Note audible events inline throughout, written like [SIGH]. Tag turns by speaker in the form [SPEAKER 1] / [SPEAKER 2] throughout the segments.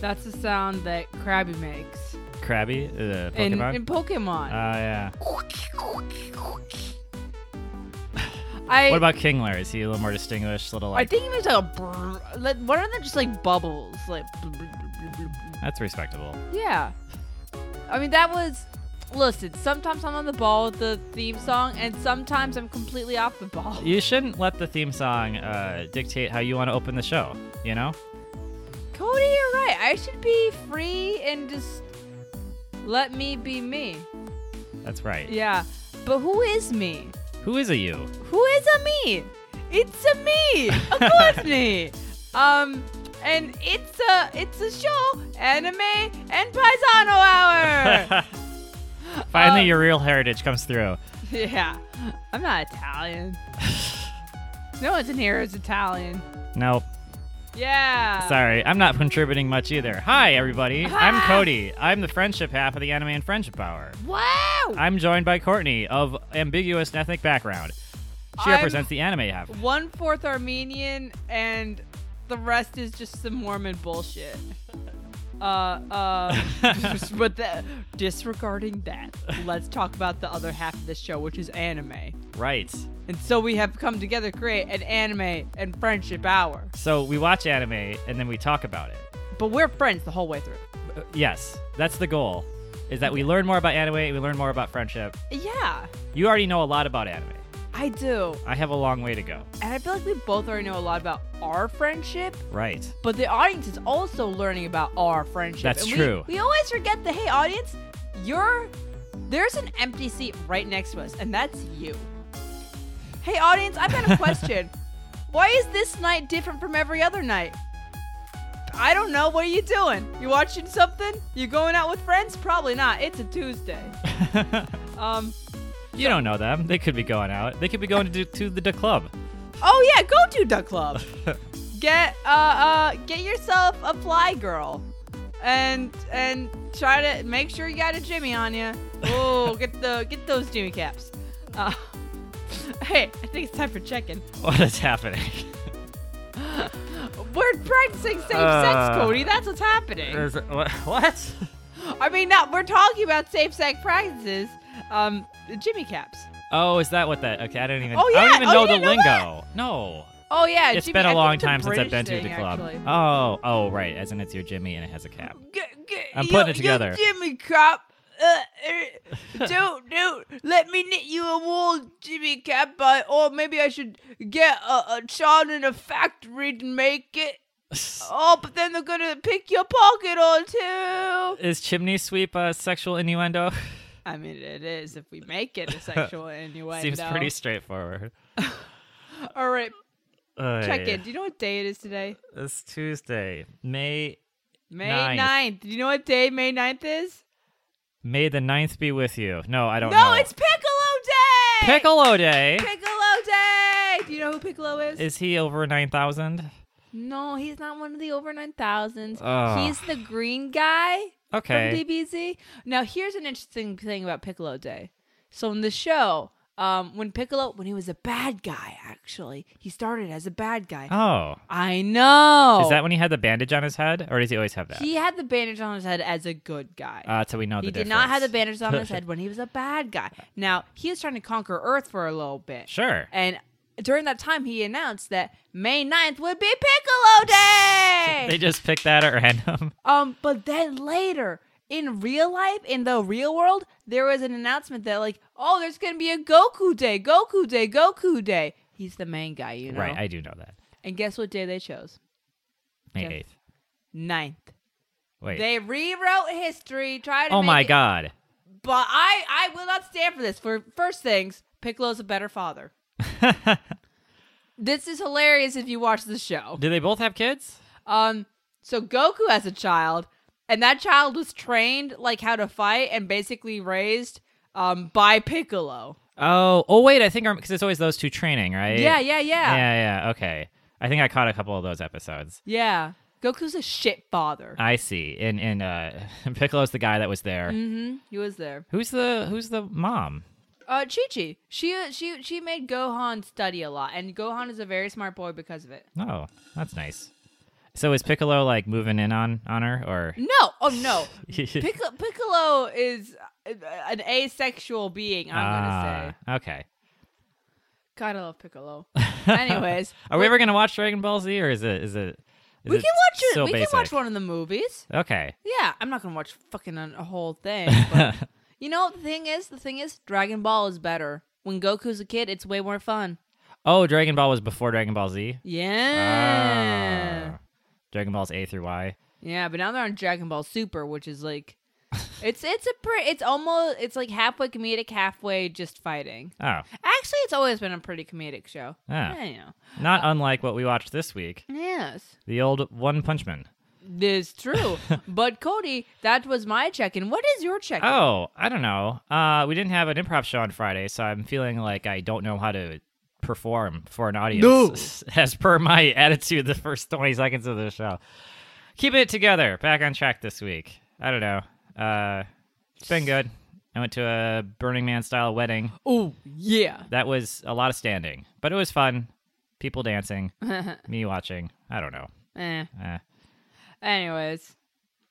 [SPEAKER 1] That's the sound that Krabby makes
[SPEAKER 2] Krabby, uh,
[SPEAKER 1] in,
[SPEAKER 2] Pokemon. [LAUGHS]
[SPEAKER 1] in Pokemon.
[SPEAKER 2] Ah, yeah.
[SPEAKER 1] I
[SPEAKER 2] What about Kingler? Is he a little more distinguished? A little
[SPEAKER 1] I
[SPEAKER 2] like
[SPEAKER 1] think it was like a brr, like, what are they just like bubbles like br- br- br- br- br-
[SPEAKER 2] that's respectable.
[SPEAKER 1] yeah. I mean that was listen. Sometimes I'm on the ball with the theme song, and sometimes I'm completely off the ball.
[SPEAKER 2] You shouldn't let the theme song uh, dictate how you want to open the show. You know,
[SPEAKER 1] Cody, you're right. I should be free and just let me be me.
[SPEAKER 2] that's right.
[SPEAKER 1] Yeah. But who is me?
[SPEAKER 2] Who is a you?
[SPEAKER 1] Who is a me? It's a [LAUGHS] me. Of course me. Um and it's a it's a show, anime and paisano [LAUGHS] hour.
[SPEAKER 2] [LAUGHS] Finally,
[SPEAKER 1] Uh,
[SPEAKER 2] your real heritage comes through.
[SPEAKER 1] [LAUGHS] yeah. I'm not Italian. no one's in here is Italian.
[SPEAKER 2] Nope.
[SPEAKER 1] Yeah.
[SPEAKER 2] Sorry, I'm not contributing much either. Hi, everybody. I'm Cody. I'm the friendship half of the Anime and Friendship Hour.
[SPEAKER 1] Wow.
[SPEAKER 2] I'm joined by Courtney of ambiguous and ethnic background. She
[SPEAKER 1] I'm-
[SPEAKER 2] represents the anime half.
[SPEAKER 1] One fourth Armenian and the rest is just some Mormon bullshit. Uh, uh, [LAUGHS] but the, disregarding that, let's talk about the other half of the show, which is anime.
[SPEAKER 2] Right.
[SPEAKER 1] And so we have come together to create an anime and friendship hour.
[SPEAKER 2] So we watch anime and then we talk about it.
[SPEAKER 1] But we're friends the whole way through.
[SPEAKER 2] Uh, Yes, that's the goal. Is that we learn more about anime and we learn more about friendship.
[SPEAKER 1] Yeah,
[SPEAKER 2] You already know a lot about anime.
[SPEAKER 1] I do.
[SPEAKER 2] I have a long way to go.
[SPEAKER 1] And I feel like we both already know a lot about our friendship,
[SPEAKER 2] Right.
[SPEAKER 1] but the audience is also learning about our friendship.
[SPEAKER 2] That's
[SPEAKER 1] And we-
[SPEAKER 2] true.
[SPEAKER 1] We, always forget that, hey, audience, you're there's an empty seat right next to us, and that's you. Hey, audience,
[SPEAKER 2] [LAUGHS]
[SPEAKER 1] I've got a question. Why is this night different from every other night? I don't know. What are you doing? You watching something? You going out with friends? Probably not. It's
[SPEAKER 2] [LAUGHS]
[SPEAKER 1] a Tuesday. um.
[SPEAKER 2] [LAUGHS] you don't know them. They could be going out. They could be going to, to the, the
[SPEAKER 1] [LAUGHS]
[SPEAKER 2] club.
[SPEAKER 1] Oh yeah, go to the club. get uh uh get yourself a fly girl, and and try to make sure you got a Jimmy on you.
[SPEAKER 2] [LAUGHS]
[SPEAKER 1] Oh, get the get those Jimmy caps. Uh, [LAUGHS] hey, I think it's time for checking.
[SPEAKER 2] What is happening?
[SPEAKER 1] We're practicing safe sex,
[SPEAKER 2] Uh,
[SPEAKER 1] Cody. That's what's happening.
[SPEAKER 2] Is it- wha- what?
[SPEAKER 1] I mean, not we're talking about safe sex practices. Um, Jimmy caps.
[SPEAKER 2] Oh, is that what that? Okay, I don't even.
[SPEAKER 1] Oh,
[SPEAKER 2] I
[SPEAKER 1] yeah.
[SPEAKER 2] don't even
[SPEAKER 1] Oh,
[SPEAKER 2] know
[SPEAKER 1] you
[SPEAKER 2] the
[SPEAKER 1] didn't know
[SPEAKER 2] lingo.
[SPEAKER 1] that?
[SPEAKER 2] No.
[SPEAKER 1] Oh yeah,
[SPEAKER 2] it's
[SPEAKER 1] Jimmy-
[SPEAKER 2] been
[SPEAKER 1] I
[SPEAKER 2] a
[SPEAKER 1] think
[SPEAKER 2] long
[SPEAKER 1] it's a
[SPEAKER 2] time since I've been
[SPEAKER 1] British
[SPEAKER 2] to the
[SPEAKER 1] thing,
[SPEAKER 2] club.
[SPEAKER 1] actually.
[SPEAKER 2] Oh, oh, right. As in, it's your Jimmy and it has a
[SPEAKER 1] [LAUGHS]
[SPEAKER 2] cap.
[SPEAKER 1] G- g-
[SPEAKER 2] I'm
[SPEAKER 1] yo-
[SPEAKER 2] putting it
[SPEAKER 1] yo,
[SPEAKER 2] together.
[SPEAKER 1] Jimmy Cap. Uh, uh, don't, don't. Let me knit you a wool Jimmy Cap. But, or maybe I should get a, a child in a factory to make it. Oh, but then they're going to pick your pocket on too.
[SPEAKER 2] Is chimney sweep a sexual innuendo? [LAUGHS]
[SPEAKER 1] I mean, it is if we make it a sexual innuendo.
[SPEAKER 2] Seems pretty straightforward.
[SPEAKER 1] All right,
[SPEAKER 2] Oy.
[SPEAKER 1] check in. Do you know what day it is today?
[SPEAKER 2] It's Tuesday, May
[SPEAKER 1] May
[SPEAKER 2] Ninth.
[SPEAKER 1] 9th. Do you know what day May 9th is?
[SPEAKER 2] May the 9th be with you. No, I don't
[SPEAKER 1] no,
[SPEAKER 2] know.
[SPEAKER 1] it's Piccolo Day!
[SPEAKER 2] Piccolo Day.
[SPEAKER 1] Piccolo Day. Do you know who Piccolo is?
[SPEAKER 2] Is he over 9,000?
[SPEAKER 1] no, he's not one of the over nine thousands.
[SPEAKER 2] Ugh.
[SPEAKER 1] He's the green guy
[SPEAKER 2] Okay.
[SPEAKER 1] from DBZ. Now, here's an interesting thing about Piccolo Day. So in the show, um, when Piccolo, when he was a bad guy, actually, he started as a bad guy.
[SPEAKER 2] Oh.
[SPEAKER 1] I know.
[SPEAKER 2] Is that when he had the bandage on his head? Or does he always have that?
[SPEAKER 1] Oh. he had the bandage on his head as a good guy?
[SPEAKER 2] Uh, so we know
[SPEAKER 1] he
[SPEAKER 2] the
[SPEAKER 1] did not have the
[SPEAKER 2] difference. [LAUGHS]
[SPEAKER 1] bandage on his head when he was a bad guy. Now he was trying to conquer Earth for a little bit.
[SPEAKER 2] Sure.
[SPEAKER 1] And during that time, he announced that May 9th would be Piccolo Day.
[SPEAKER 2] They just picked that at random.
[SPEAKER 1] um, but then later in real life, in the real world, there was an announcement that like, oh, there's gonna be a Goku Day, Goku Day, Goku Day. He's the main guy, [LAUGHS] you know.
[SPEAKER 2] Right, I do know that.
[SPEAKER 1] and guess what day they chose?
[SPEAKER 2] May
[SPEAKER 1] Yeah.
[SPEAKER 2] 8th.
[SPEAKER 1] 9th.
[SPEAKER 2] Wait.
[SPEAKER 1] They rewrote history, tried to
[SPEAKER 2] oh
[SPEAKER 1] make
[SPEAKER 2] my
[SPEAKER 1] it-
[SPEAKER 2] god.
[SPEAKER 1] But I, I will not stand for this. For first things, Piccolo's a
[SPEAKER 2] [LAUGHS]
[SPEAKER 1] better father. this is hilarious if you watch the show.
[SPEAKER 2] Do they both have kids?
[SPEAKER 1] Um, so Goku as a child, and that child was trained like how to fight and basically raised um by Piccolo.
[SPEAKER 2] Oh, oh wait, I think because it's always those two training, right?
[SPEAKER 1] Yeah, yeah, yeah, yeah.
[SPEAKER 2] Yeah, yeah, okay. I think I caught a couple of those episodes.
[SPEAKER 1] Goku's a shit father.
[SPEAKER 2] I see. And [LAUGHS] and uh Piccolo's the guy that was there.
[SPEAKER 1] mm-hmm. He was there.
[SPEAKER 2] Who's the who's the mom?
[SPEAKER 1] Uh, Chi Chi. She uh, she she made Gohan study a lot, and Gohan is a very smart boy because of it.
[SPEAKER 2] Oh, that's nice. So is Piccolo like moving in on on her or? [LAUGHS]
[SPEAKER 1] No, oh no, Piccolo, Piccolo is uh, an asexual being. I'm gonna say.
[SPEAKER 2] Ah, Okay.
[SPEAKER 1] God, I
[SPEAKER 2] [LAUGHS]
[SPEAKER 1] love Piccolo. Anyways,
[SPEAKER 2] Are we ever gonna watch Dragon Ball Z or is it is it? Is
[SPEAKER 1] we
[SPEAKER 2] it
[SPEAKER 1] can watch it.
[SPEAKER 2] So
[SPEAKER 1] we
[SPEAKER 2] basic?
[SPEAKER 1] can watch one of the movies.
[SPEAKER 2] Okay.
[SPEAKER 1] Yeah, I'm not gonna watch fucking a a whole thing. [LAUGHS] But you know what the thing is? The thing is, Dragon Ball is better. When Goku's a kid, it's way more fun.
[SPEAKER 2] Oh, Dragon Ball was before Dragon Ball Z.
[SPEAKER 1] Yeah.
[SPEAKER 2] Ah. Dragon Ball's A through Y.
[SPEAKER 1] Yeah, but now they're on Dragon Ball Super, which is [LAUGHS] like, it's it's a pretty, it's almost it's like halfway comedic, halfway just fighting.
[SPEAKER 2] Oh,
[SPEAKER 1] Actually, it's always been a pretty comedic show.
[SPEAKER 2] Ah.
[SPEAKER 1] Yeah, you know.
[SPEAKER 2] not unlike what we watched this week,
[SPEAKER 1] Yes,
[SPEAKER 2] the old One Punch Man.
[SPEAKER 1] this [LAUGHS] true. but Cody, that was my check-in. What is your check-in?
[SPEAKER 2] Oh, I don't know. Uh, we didn't have an improv show on Friday, so I'm feeling like I don't know how to perform for an audience, [LAUGHS] as per my attitude the first 20 seconds of the show. Keeping it together. Back on track this week. I don't know. Uh, it's been good. I went to a Burning Man style wedding.
[SPEAKER 1] oh yeah.
[SPEAKER 2] That was a lot of standing, but it was fun. People dancing, me watching. I don't know.
[SPEAKER 1] Eh.
[SPEAKER 2] Eh.
[SPEAKER 1] Anyways,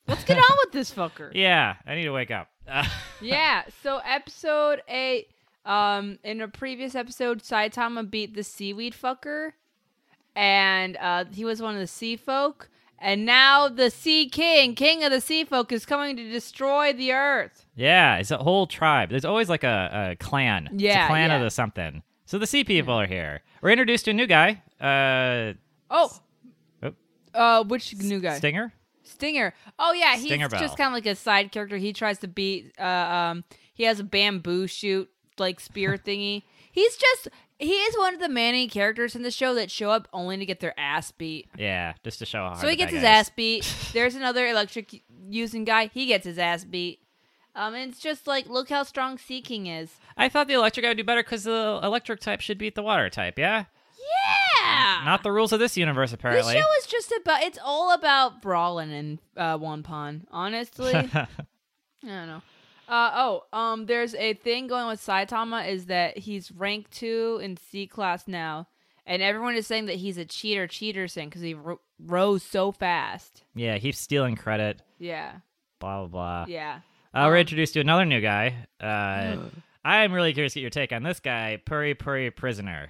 [SPEAKER 1] let's get on with this fucker.
[SPEAKER 2] [LAUGHS] Yeah, I need to wake up. Uh,
[SPEAKER 1] yeah. So episode eight. Um, in a previous episode, Saitama beat the seaweed fucker, and uh, he was one of the sea folk. And now the sea king, king of the sea folk, is coming to destroy the earth.
[SPEAKER 2] Yeah, it's a whole tribe. There's always like a, a clan. It's a
[SPEAKER 1] Yeah,
[SPEAKER 2] clan of
[SPEAKER 1] yeah. Hmm.
[SPEAKER 2] the something. So the sea people are here. We're introduced to a new guy, uh,
[SPEAKER 1] Oh,
[SPEAKER 2] Oh.
[SPEAKER 1] uh, which new guy?
[SPEAKER 2] Stinger.
[SPEAKER 1] Stinger. Oh yeah, he's
[SPEAKER 2] Stinger Bell.
[SPEAKER 1] just kind of like a side character. He tries to beat. Uh, um, he has a bamboo shoot
[SPEAKER 2] [LAUGHS]
[SPEAKER 1] like spear thingy. He's just he is one of the many characters in the show that show up only to get their ass beat.
[SPEAKER 2] Yeah, just to show how.
[SPEAKER 1] So
[SPEAKER 2] hard
[SPEAKER 1] he
[SPEAKER 2] the
[SPEAKER 1] gets
[SPEAKER 2] bad
[SPEAKER 1] his
[SPEAKER 2] guy is.
[SPEAKER 1] ass
[SPEAKER 2] [LAUGHS]
[SPEAKER 1] beat. There's another electric using guy. He gets his ass beat. Um, and it's just like look how strong Sea King is.
[SPEAKER 2] I thought the electric guy would do better because the electric type should beat the water type. Yeah, Mm,
[SPEAKER 1] Yeah.
[SPEAKER 2] not the rules of this universe
[SPEAKER 1] this
[SPEAKER 2] apparently.
[SPEAKER 1] show is just about it's all about brawling in uh, one pond. Honestly, I don't know. Uh, oh, um, there's a thing going with Saitama is that he's rank two in C class now, and everyone is saying that he's a cheater, cheater, saying because he ro- rose so fast.
[SPEAKER 2] yeah, he's stealing credit.
[SPEAKER 1] Yeah,
[SPEAKER 2] Blah blah blah.
[SPEAKER 1] yeah.
[SPEAKER 2] Uh, we're introduced to another new guy. Uh, I'm really curious to get your take on this guy, Puri Puri Prisoner.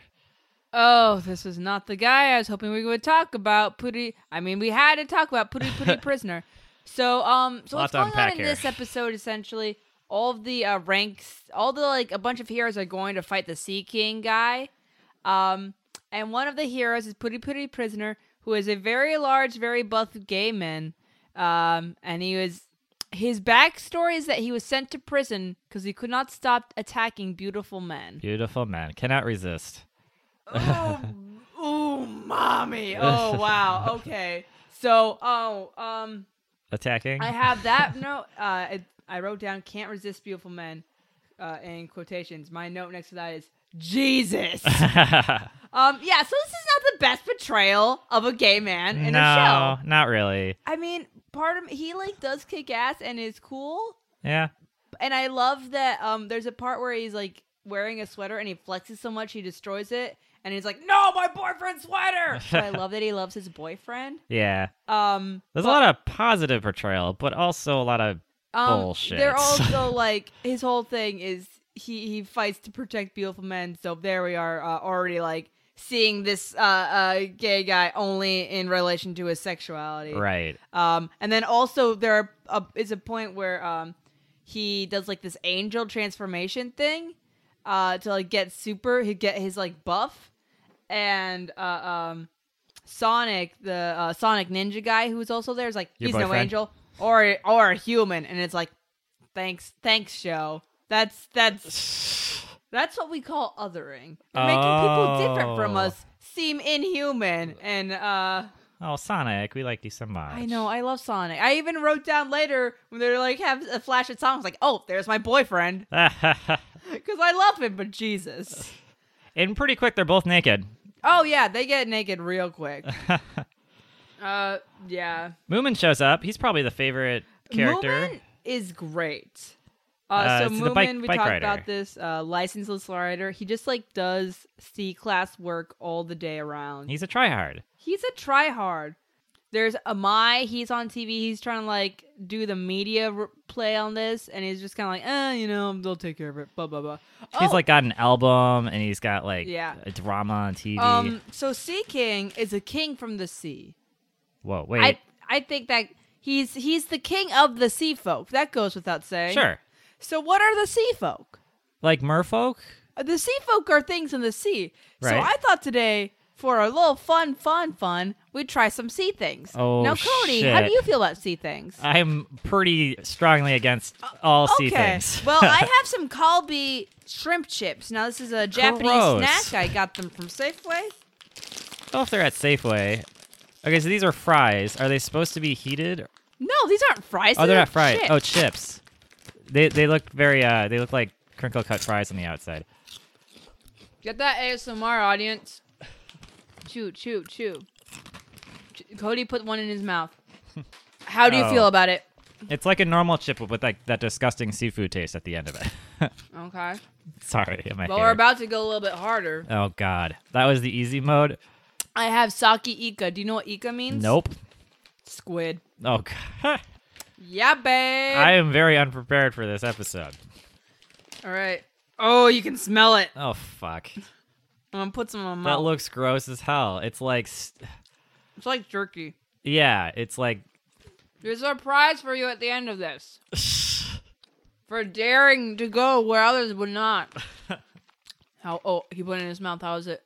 [SPEAKER 1] Oh, this is not the guy I was hoping we would talk about. Puri, I mean, we had to talk about Puri Puri
[SPEAKER 2] [LAUGHS]
[SPEAKER 1] Prisoner. So, um, so
[SPEAKER 2] Lot
[SPEAKER 1] what's
[SPEAKER 2] to
[SPEAKER 1] going on
[SPEAKER 2] unpack
[SPEAKER 1] in
[SPEAKER 2] here.
[SPEAKER 1] this episode? Essentially, all of the uh, ranks, all the like, a bunch of heroes are going to fight the Sea King guy. Um, and one of the heroes is Puri Puri Prisoner, who is a very large, very buff gay man. Um, and he was his backstory is that he was sent to prison because he could not stop attacking beautiful men.
[SPEAKER 2] Beautiful man, cannot resist.
[SPEAKER 1] oh, ooh, mommy. Oh, wow. Okay. So, oh, um,
[SPEAKER 2] Attacking.
[SPEAKER 1] I have that note. Uh, it, I wrote down "can't resist beautiful men" uh, in quotations. My note next to that is
[SPEAKER 2] [LAUGHS]
[SPEAKER 1] Jesus. um, yeah. So this is not the best portrayal of a gay man in
[SPEAKER 2] no,
[SPEAKER 1] a show.
[SPEAKER 2] not really.
[SPEAKER 1] I mean, part of he like does kick ass and is cool,
[SPEAKER 2] Yeah.
[SPEAKER 1] and I love that um there's a part where he's like wearing a sweater and he flexes so much he destroys it and he's like, "No, my
[SPEAKER 2] [LAUGHS]
[SPEAKER 1] boyfriend's sweater." So I love that he loves his boyfriend.
[SPEAKER 2] Yeah.
[SPEAKER 1] Um
[SPEAKER 2] There's a lot of positive portrayal, but also a lot of
[SPEAKER 1] um
[SPEAKER 2] bullshit. [LAUGHS]
[SPEAKER 1] they're also like his whole thing is he he fights to protect beautiful men. So there we are uh, already like seeing this uh, uh gay guy only in relation to his sexuality.
[SPEAKER 2] right.
[SPEAKER 1] Um, and then also there are, uh, is a point where um, he does like this angel transformation thing uh, to like get super, he get his like buff, and uh, um, Sonic, the uh, Sonic Ninja guy who was also there is like
[SPEAKER 2] Your
[SPEAKER 1] he's no
[SPEAKER 2] boyfriend?
[SPEAKER 1] angel or or a human, and it's like thanks thanks show. That's that's that's what we call othering, making people different from
[SPEAKER 2] Oh.
[SPEAKER 1] us seem inhuman and uh
[SPEAKER 2] Oh, Sonic, we like you so much.
[SPEAKER 1] I know. I love Sonic. I even wrote down later when they're like have a flash at songs like, "Oh, there's my boyfriend," [LAUGHS] because I love him. But Jesus.
[SPEAKER 2] [LAUGHS] and pretty quick, they're both naked.
[SPEAKER 1] Oh yeah, they get naked
[SPEAKER 2] [LAUGHS]
[SPEAKER 1] real quick. uh, yeah.
[SPEAKER 2] Moomin shows up. He's probably the favorite character.
[SPEAKER 1] Moomin is great. Uh,
[SPEAKER 2] Uh,
[SPEAKER 1] so
[SPEAKER 2] it's the
[SPEAKER 1] Moomin,
[SPEAKER 2] bike-
[SPEAKER 1] we
[SPEAKER 2] bike
[SPEAKER 1] talked
[SPEAKER 2] rider.
[SPEAKER 1] about this uh, licensed rider. He just like does C class work all the day around.
[SPEAKER 2] He's a tryhard.
[SPEAKER 1] He's a tryhard. There's Amai. He's on TV. He's trying to like do the media r play on this, and he's just kind of like, eh, you know, they'll take care of it. Blah blah blah.
[SPEAKER 2] He's
[SPEAKER 1] Oh,
[SPEAKER 2] like got an album and he's got like
[SPEAKER 1] Yeah.
[SPEAKER 2] a drama on TV.
[SPEAKER 1] um, so Sea King is a king from the sea.
[SPEAKER 2] Whoa, wait.
[SPEAKER 1] I I think that he's he's the king of the sea folk. That goes without saying.
[SPEAKER 2] sure.
[SPEAKER 1] So what are the sea folk?
[SPEAKER 2] Like merfolk?
[SPEAKER 1] Uh, The sea folk are things in the sea. So
[SPEAKER 2] Right.
[SPEAKER 1] I thought today, for a little fun, fun, fun, we'd try some sea things.
[SPEAKER 2] Oh,
[SPEAKER 1] now, Cody, how do
[SPEAKER 2] shit.
[SPEAKER 1] you feel about sea things?
[SPEAKER 2] I'm pretty strongly against all sea
[SPEAKER 1] Uh, okay.
[SPEAKER 2] things. [LAUGHS]
[SPEAKER 1] well, I have some Kalbi shrimp chips. Now, this is a Japanese
[SPEAKER 2] Gross.
[SPEAKER 1] snack. I got them from Safeway.
[SPEAKER 2] don't know if they're at Safeway. Okay, so these are fries. Are they supposed to be heated?
[SPEAKER 1] No, these aren't fries.
[SPEAKER 2] Oh,
[SPEAKER 1] these
[SPEAKER 2] they're
[SPEAKER 1] are
[SPEAKER 2] not fried.
[SPEAKER 1] chips.
[SPEAKER 2] Oh, chips. They they look very uh they look like crinkle cut fries on the outside.
[SPEAKER 1] Get that ASMR audience. Chew, chew, chew. Ch- Cody put one in
[SPEAKER 2] [LAUGHS]
[SPEAKER 1] his mouth. How do you
[SPEAKER 2] Oh.
[SPEAKER 1] feel about it?
[SPEAKER 2] It's like a normal chip but with like that disgusting seafood taste at the end of it. [LAUGHS]
[SPEAKER 1] Okay.
[SPEAKER 2] Sorry, my
[SPEAKER 1] Well,
[SPEAKER 2] hair.
[SPEAKER 1] we're about to go a little bit harder.
[SPEAKER 2] oh god, that was the easy mode.
[SPEAKER 1] I have sake ika. Do you know what ika means?
[SPEAKER 2] Nope.
[SPEAKER 1] Squid.
[SPEAKER 2] Oh [LAUGHS] god,
[SPEAKER 1] Yeah, babe.
[SPEAKER 2] I am very unprepared for this episode.
[SPEAKER 1] All right. Oh, you can smell it.
[SPEAKER 2] Oh fuck,
[SPEAKER 1] I'm gonna put some on my
[SPEAKER 2] that
[SPEAKER 1] mouth.
[SPEAKER 2] looks gross as hell. It's like, s
[SPEAKER 1] it's like jerky.
[SPEAKER 2] yeah, it's like [LAUGHS]
[SPEAKER 1] There's a prize for you at the end of this for daring to go where others would not. How? Oh, he put it in his mouth. How is it?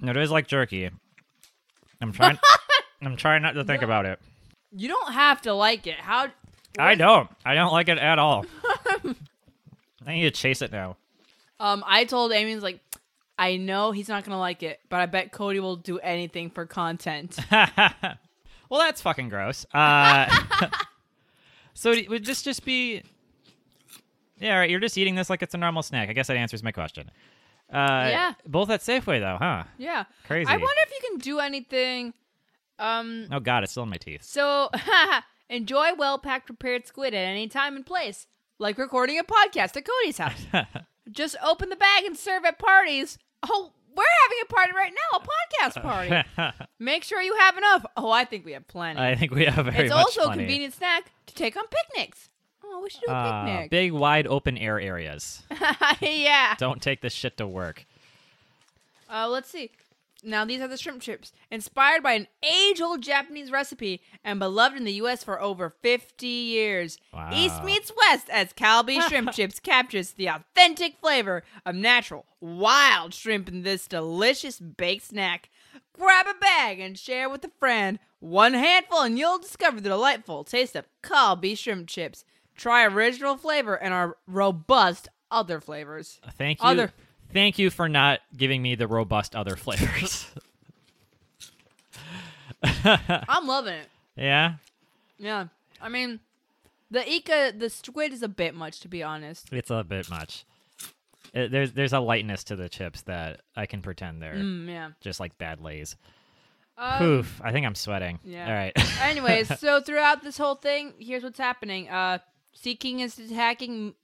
[SPEAKER 2] no, it is like jerky. I'm
[SPEAKER 1] [LAUGHS]
[SPEAKER 2] trying. I'm trying not to think about it.
[SPEAKER 1] You don't have to like it. How?
[SPEAKER 2] I don't. I don't like it at
[SPEAKER 1] [LAUGHS]
[SPEAKER 2] all. I need to chase it now. [LAUGHS]
[SPEAKER 1] Um, I told Amy's like, I know he's not gonna like it, but I bet Cody will do anything for content.
[SPEAKER 2] well, that's fucking gross. Uh, [LAUGHS] so d- would this just be? Yeah, all right, you're just eating this like it's a normal snack. I guess that answers my question. Uh,
[SPEAKER 1] Yeah.
[SPEAKER 2] Both at Safeway though, huh?
[SPEAKER 1] yeah,
[SPEAKER 2] Crazy.
[SPEAKER 1] I wonder if you can do anything. Um,
[SPEAKER 2] Oh god, it's still in my teeth.
[SPEAKER 1] so [LAUGHS] enjoy well-packed prepared squid at any time and place, like recording a podcast at Cody's house.
[SPEAKER 2] [LAUGHS]
[SPEAKER 1] Just open the bag and serve at parties. Oh, we're having a party right now, a podcast party.
[SPEAKER 2] [LAUGHS] I
[SPEAKER 1] Make sure you have enough. Oh, I think we have plenty.
[SPEAKER 2] think we have very
[SPEAKER 1] it's
[SPEAKER 2] Uh, much
[SPEAKER 1] also a
[SPEAKER 2] plenty.
[SPEAKER 1] convenient snack to take on picnics. Oh, we should do a
[SPEAKER 2] Uh,
[SPEAKER 1] picnic.
[SPEAKER 2] big, wide, open air areas.
[SPEAKER 1] [LAUGHS] yeah.
[SPEAKER 2] Don't take this shit to work.
[SPEAKER 1] Uh, let's see. Now these are the shrimp chips, inspired by an age-old Japanese recipe and beloved in the U.S. for over 50 years.
[SPEAKER 2] Wow.
[SPEAKER 1] East meets West as Calbee Shrimp Chips captures the authentic flavor of natural wild shrimp in this delicious baked snack. Grab a bag and share with a friend. One handful and you'll discover the delightful taste of Calbee Shrimp Chips. Try original flavor and our robust other flavors.
[SPEAKER 2] Thank you.
[SPEAKER 1] Other-
[SPEAKER 2] Thank you for not giving me the robust other flavors. [LAUGHS]
[SPEAKER 1] I'm loving it.
[SPEAKER 2] yeah,
[SPEAKER 1] Yeah. I mean, the Ika, the squid is a bit much, to be honest.
[SPEAKER 2] it's a bit much. Uh, there's there's a lightness to the chips that I can pretend they're
[SPEAKER 1] Mm, yeah.
[SPEAKER 2] just like bad lays.
[SPEAKER 1] Um,
[SPEAKER 2] Poof! I think I'm sweating.
[SPEAKER 1] yeah.
[SPEAKER 2] All right. [LAUGHS]
[SPEAKER 1] anyways, so throughout this whole thing, here's what's happening. Uh, Seeking is attacking.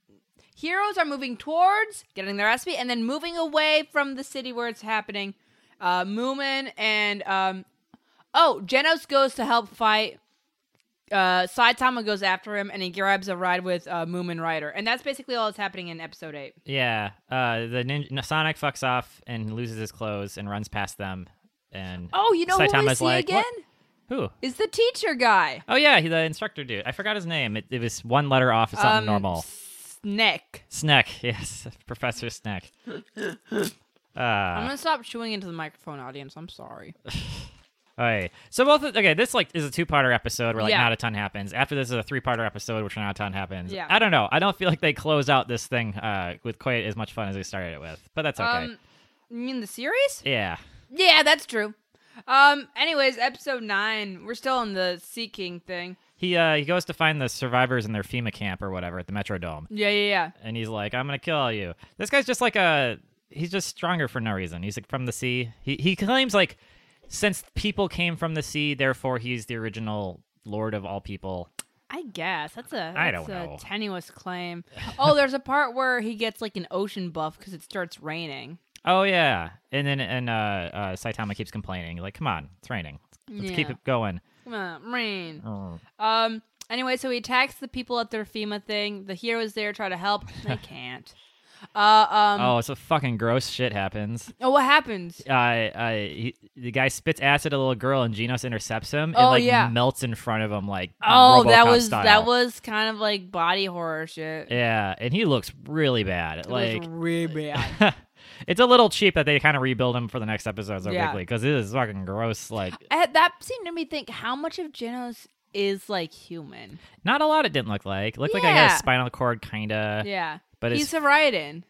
[SPEAKER 1] Heroes are moving towards getting the recipe and then moving away from the city where it's happening. Uh, Moomin and um, oh, Genos goes to help fight. Uh, Saitama goes after him and he grabs a ride with uh, Moomin Rider, and that's basically all that's happening in episode eight.
[SPEAKER 2] yeah. Uh, the ninja, Sonic fucks off and loses his clothes and runs past them. And
[SPEAKER 1] Oh, you know who we
[SPEAKER 2] Saitama's
[SPEAKER 1] see
[SPEAKER 2] like,
[SPEAKER 1] again?
[SPEAKER 2] "What?" who?
[SPEAKER 1] Is the teacher guy.
[SPEAKER 2] Oh yeah, he, the instructor dude. I forgot his name. It, it was one letter off. It's something
[SPEAKER 1] Um,
[SPEAKER 2] normal.
[SPEAKER 1] Snick.
[SPEAKER 2] Snack, [LAUGHS] yes, Professor Snack.
[SPEAKER 1] I'm
[SPEAKER 2] Uh,
[SPEAKER 1] gonna stop chewing into the microphone, audience. I'm sorry.
[SPEAKER 2] okay. So both of- okay, this like is a two-parter episode where like
[SPEAKER 1] Yeah.
[SPEAKER 2] not a ton happens. After this is a three-parter episode which not a ton happens.
[SPEAKER 1] Yeah.
[SPEAKER 2] I don't know. I don't feel like they close out this thing uh, with quite as much fun as they started it with, but that's okay.
[SPEAKER 1] Um, you mean the series?
[SPEAKER 2] yeah.
[SPEAKER 1] Yeah, that's true. Um. Anyways, episode nine. We're still on the seeking thing.
[SPEAKER 2] He uh, he goes to find the survivors in their FEMA camp or whatever at the Metrodome,
[SPEAKER 1] Yeah, yeah, yeah.
[SPEAKER 2] and he's like, "I'm gonna kill all you." This guy's just like a he's just stronger for no reason. He's like from the sea. He he claims like since people came from the sea, therefore he's the original lord of all people.
[SPEAKER 1] I guess that's a
[SPEAKER 2] I
[SPEAKER 1] that's
[SPEAKER 2] don't
[SPEAKER 1] a
[SPEAKER 2] know. [SIGHS]
[SPEAKER 1] tenuous claim. oh, there's a part where he gets like an ocean buff because it starts raining.
[SPEAKER 2] Oh yeah, and then and uh, uh Saitama keeps complaining like, "Come on, it's raining. Let's keep
[SPEAKER 1] Yeah.
[SPEAKER 2] it going."
[SPEAKER 1] Come on, rain.
[SPEAKER 2] Mm.
[SPEAKER 1] Um. Anyway, so he attacks the people at their FEMA thing. The heroes there try to help.
[SPEAKER 2] [LAUGHS]
[SPEAKER 1] They can't. Uh. Um. Oh,
[SPEAKER 2] oh, it's a fucking gross shit happens.
[SPEAKER 1] what happens?
[SPEAKER 2] Uh, uh he, the guy spits acid at a little girl, and Genos intercepts him.
[SPEAKER 1] Oh,
[SPEAKER 2] and, like
[SPEAKER 1] yeah.
[SPEAKER 2] melts in front of him like.
[SPEAKER 1] Oh, that
[SPEAKER 2] Um, RoboCop
[SPEAKER 1] was
[SPEAKER 2] style.
[SPEAKER 1] that was kind of like body horror shit.
[SPEAKER 2] Yeah, and he looks really bad.
[SPEAKER 1] it
[SPEAKER 2] like
[SPEAKER 1] was really
[SPEAKER 2] [LAUGHS]
[SPEAKER 1] bad.
[SPEAKER 2] it's a little cheap that they kind of rebuild him for the next episode so
[SPEAKER 1] Yeah.
[SPEAKER 2] quickly because it is fucking gross. Like,
[SPEAKER 1] I, that seemed to me think how much of Genos is like human.
[SPEAKER 2] not a lot. It didn't look like looked like I had
[SPEAKER 1] Yeah.
[SPEAKER 2] a spinal cord kind of.
[SPEAKER 1] Yeah,
[SPEAKER 2] But
[SPEAKER 1] he's
[SPEAKER 2] it's
[SPEAKER 1] a Raiden,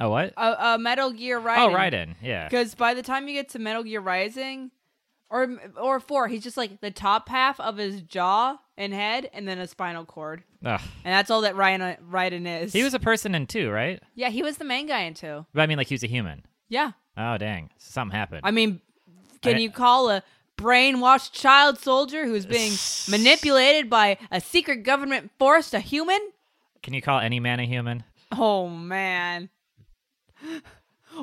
[SPEAKER 2] oh what?
[SPEAKER 1] a, a Metal Gear Raiden.
[SPEAKER 2] Oh, Raiden. Yeah.
[SPEAKER 1] Because by the time you get to Metal Gear Rising, or or four, he's just like the top half of his jaw and head, and then a spinal cord,
[SPEAKER 2] Ugh.
[SPEAKER 1] and that's all that Ryan uh, Raiden is.
[SPEAKER 2] He was a person in two, right?
[SPEAKER 1] yeah, he was the main guy in two.
[SPEAKER 2] But I mean, like he was a human.
[SPEAKER 1] Yeah,
[SPEAKER 2] Oh dang, something happened.
[SPEAKER 1] I mean, can
[SPEAKER 2] I-
[SPEAKER 1] you call a brainwashed child soldier who's being manipulated by a secret government force a human?
[SPEAKER 2] Can you call any man a human?
[SPEAKER 1] Oh man.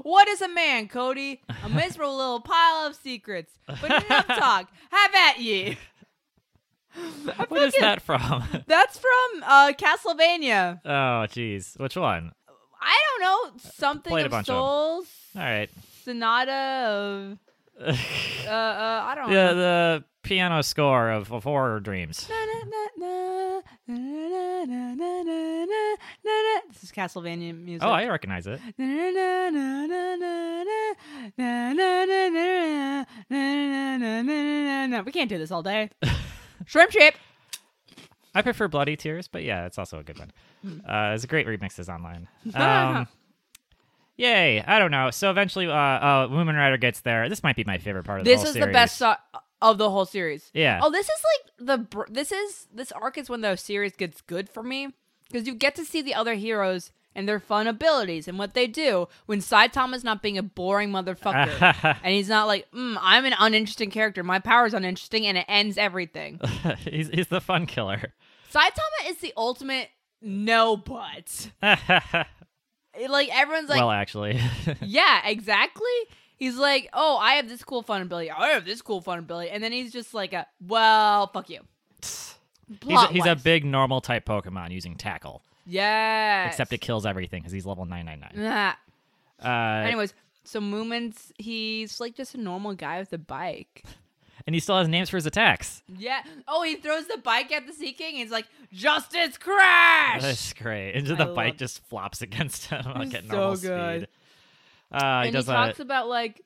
[SPEAKER 1] What is a man, Cody?
[SPEAKER 2] [LAUGHS]
[SPEAKER 1] A miserable little pile of secrets. But enough talk. Have at ye.
[SPEAKER 2] What is that from? [LAUGHS]
[SPEAKER 1] That's from uh, Castlevania.
[SPEAKER 2] oh jeez, which one?
[SPEAKER 1] I don't know something
[SPEAKER 2] Played a
[SPEAKER 1] of
[SPEAKER 2] bunch of 'em.
[SPEAKER 1] souls,
[SPEAKER 2] All right.
[SPEAKER 1] sonata
[SPEAKER 2] [LAUGHS]
[SPEAKER 1] of. Uh, uh, I don't
[SPEAKER 2] The
[SPEAKER 1] know.
[SPEAKER 2] the piano score of, of horror dreams.
[SPEAKER 1] Na, na, na, na, na, na, na, na, na, na. This is Castlevania music.
[SPEAKER 2] Oh, I recognize it.
[SPEAKER 1] We can't do this all day. Shrimp ship.
[SPEAKER 2] I prefer Bloody Tears, but yeah, it's also a good one.
[SPEAKER 1] Mm.
[SPEAKER 2] Uh, there's great remixes
[SPEAKER 1] [LAUGHS]
[SPEAKER 2] online. Um, yay! I don't know. So eventually, uh, uh, Woman Rider gets there. This might be my favorite part of the
[SPEAKER 1] This
[SPEAKER 2] whole
[SPEAKER 1] is the
[SPEAKER 2] series.
[SPEAKER 1] best so- of the whole series.
[SPEAKER 2] Yeah.
[SPEAKER 1] Oh, this is like the br- this is this arc is when the series gets good for me because you get to see the other heroes and their fun abilities and what they do when Saitama's not being a boring motherfucker and he's not like, mm, I'm an uninteresting character. My power's uninteresting and it
[SPEAKER 2] [LAUGHS]
[SPEAKER 1] ends everything.
[SPEAKER 2] [LAUGHS] he's, he's the fun killer. [LAUGHS]
[SPEAKER 1] Saitama is the ultimate no but. It- Like everyone's like,
[SPEAKER 2] well, [LAUGHS]
[SPEAKER 1] [LAUGHS]
[SPEAKER 2] actually,
[SPEAKER 1] yeah, exactly. He's like, oh, I have this cool fun ability. I have this cool fun ability, and then he's just like, a, well, fuck you.
[SPEAKER 2] he's, a,
[SPEAKER 1] Plot
[SPEAKER 2] he's a
[SPEAKER 1] wise.
[SPEAKER 2] big normal type Pokemon using Tackle,
[SPEAKER 1] yeah.
[SPEAKER 2] except
[SPEAKER 1] [LAUGHS]
[SPEAKER 2] it kills everything because he's level nine nine nine.
[SPEAKER 1] Nah. Mm.
[SPEAKER 2] Uh,
[SPEAKER 1] Anyways, so Moomin's he's like just a normal guy with
[SPEAKER 2] [LAUGHS]
[SPEAKER 1] a bike.
[SPEAKER 2] and he still has names for his attacks.
[SPEAKER 1] Yeah. Oh, he throws the bike at the Sea King. And he's like, Justice Crash.
[SPEAKER 2] Oh, [LAUGHS] That's great. And just the
[SPEAKER 1] I
[SPEAKER 2] bike
[SPEAKER 1] love-
[SPEAKER 2] just flops against him [LAUGHS] like
[SPEAKER 1] It's
[SPEAKER 2] at
[SPEAKER 1] so
[SPEAKER 2] normal
[SPEAKER 1] good.
[SPEAKER 2] speed. Uh, he
[SPEAKER 1] and he
[SPEAKER 2] does
[SPEAKER 1] talks
[SPEAKER 2] a,
[SPEAKER 1] about like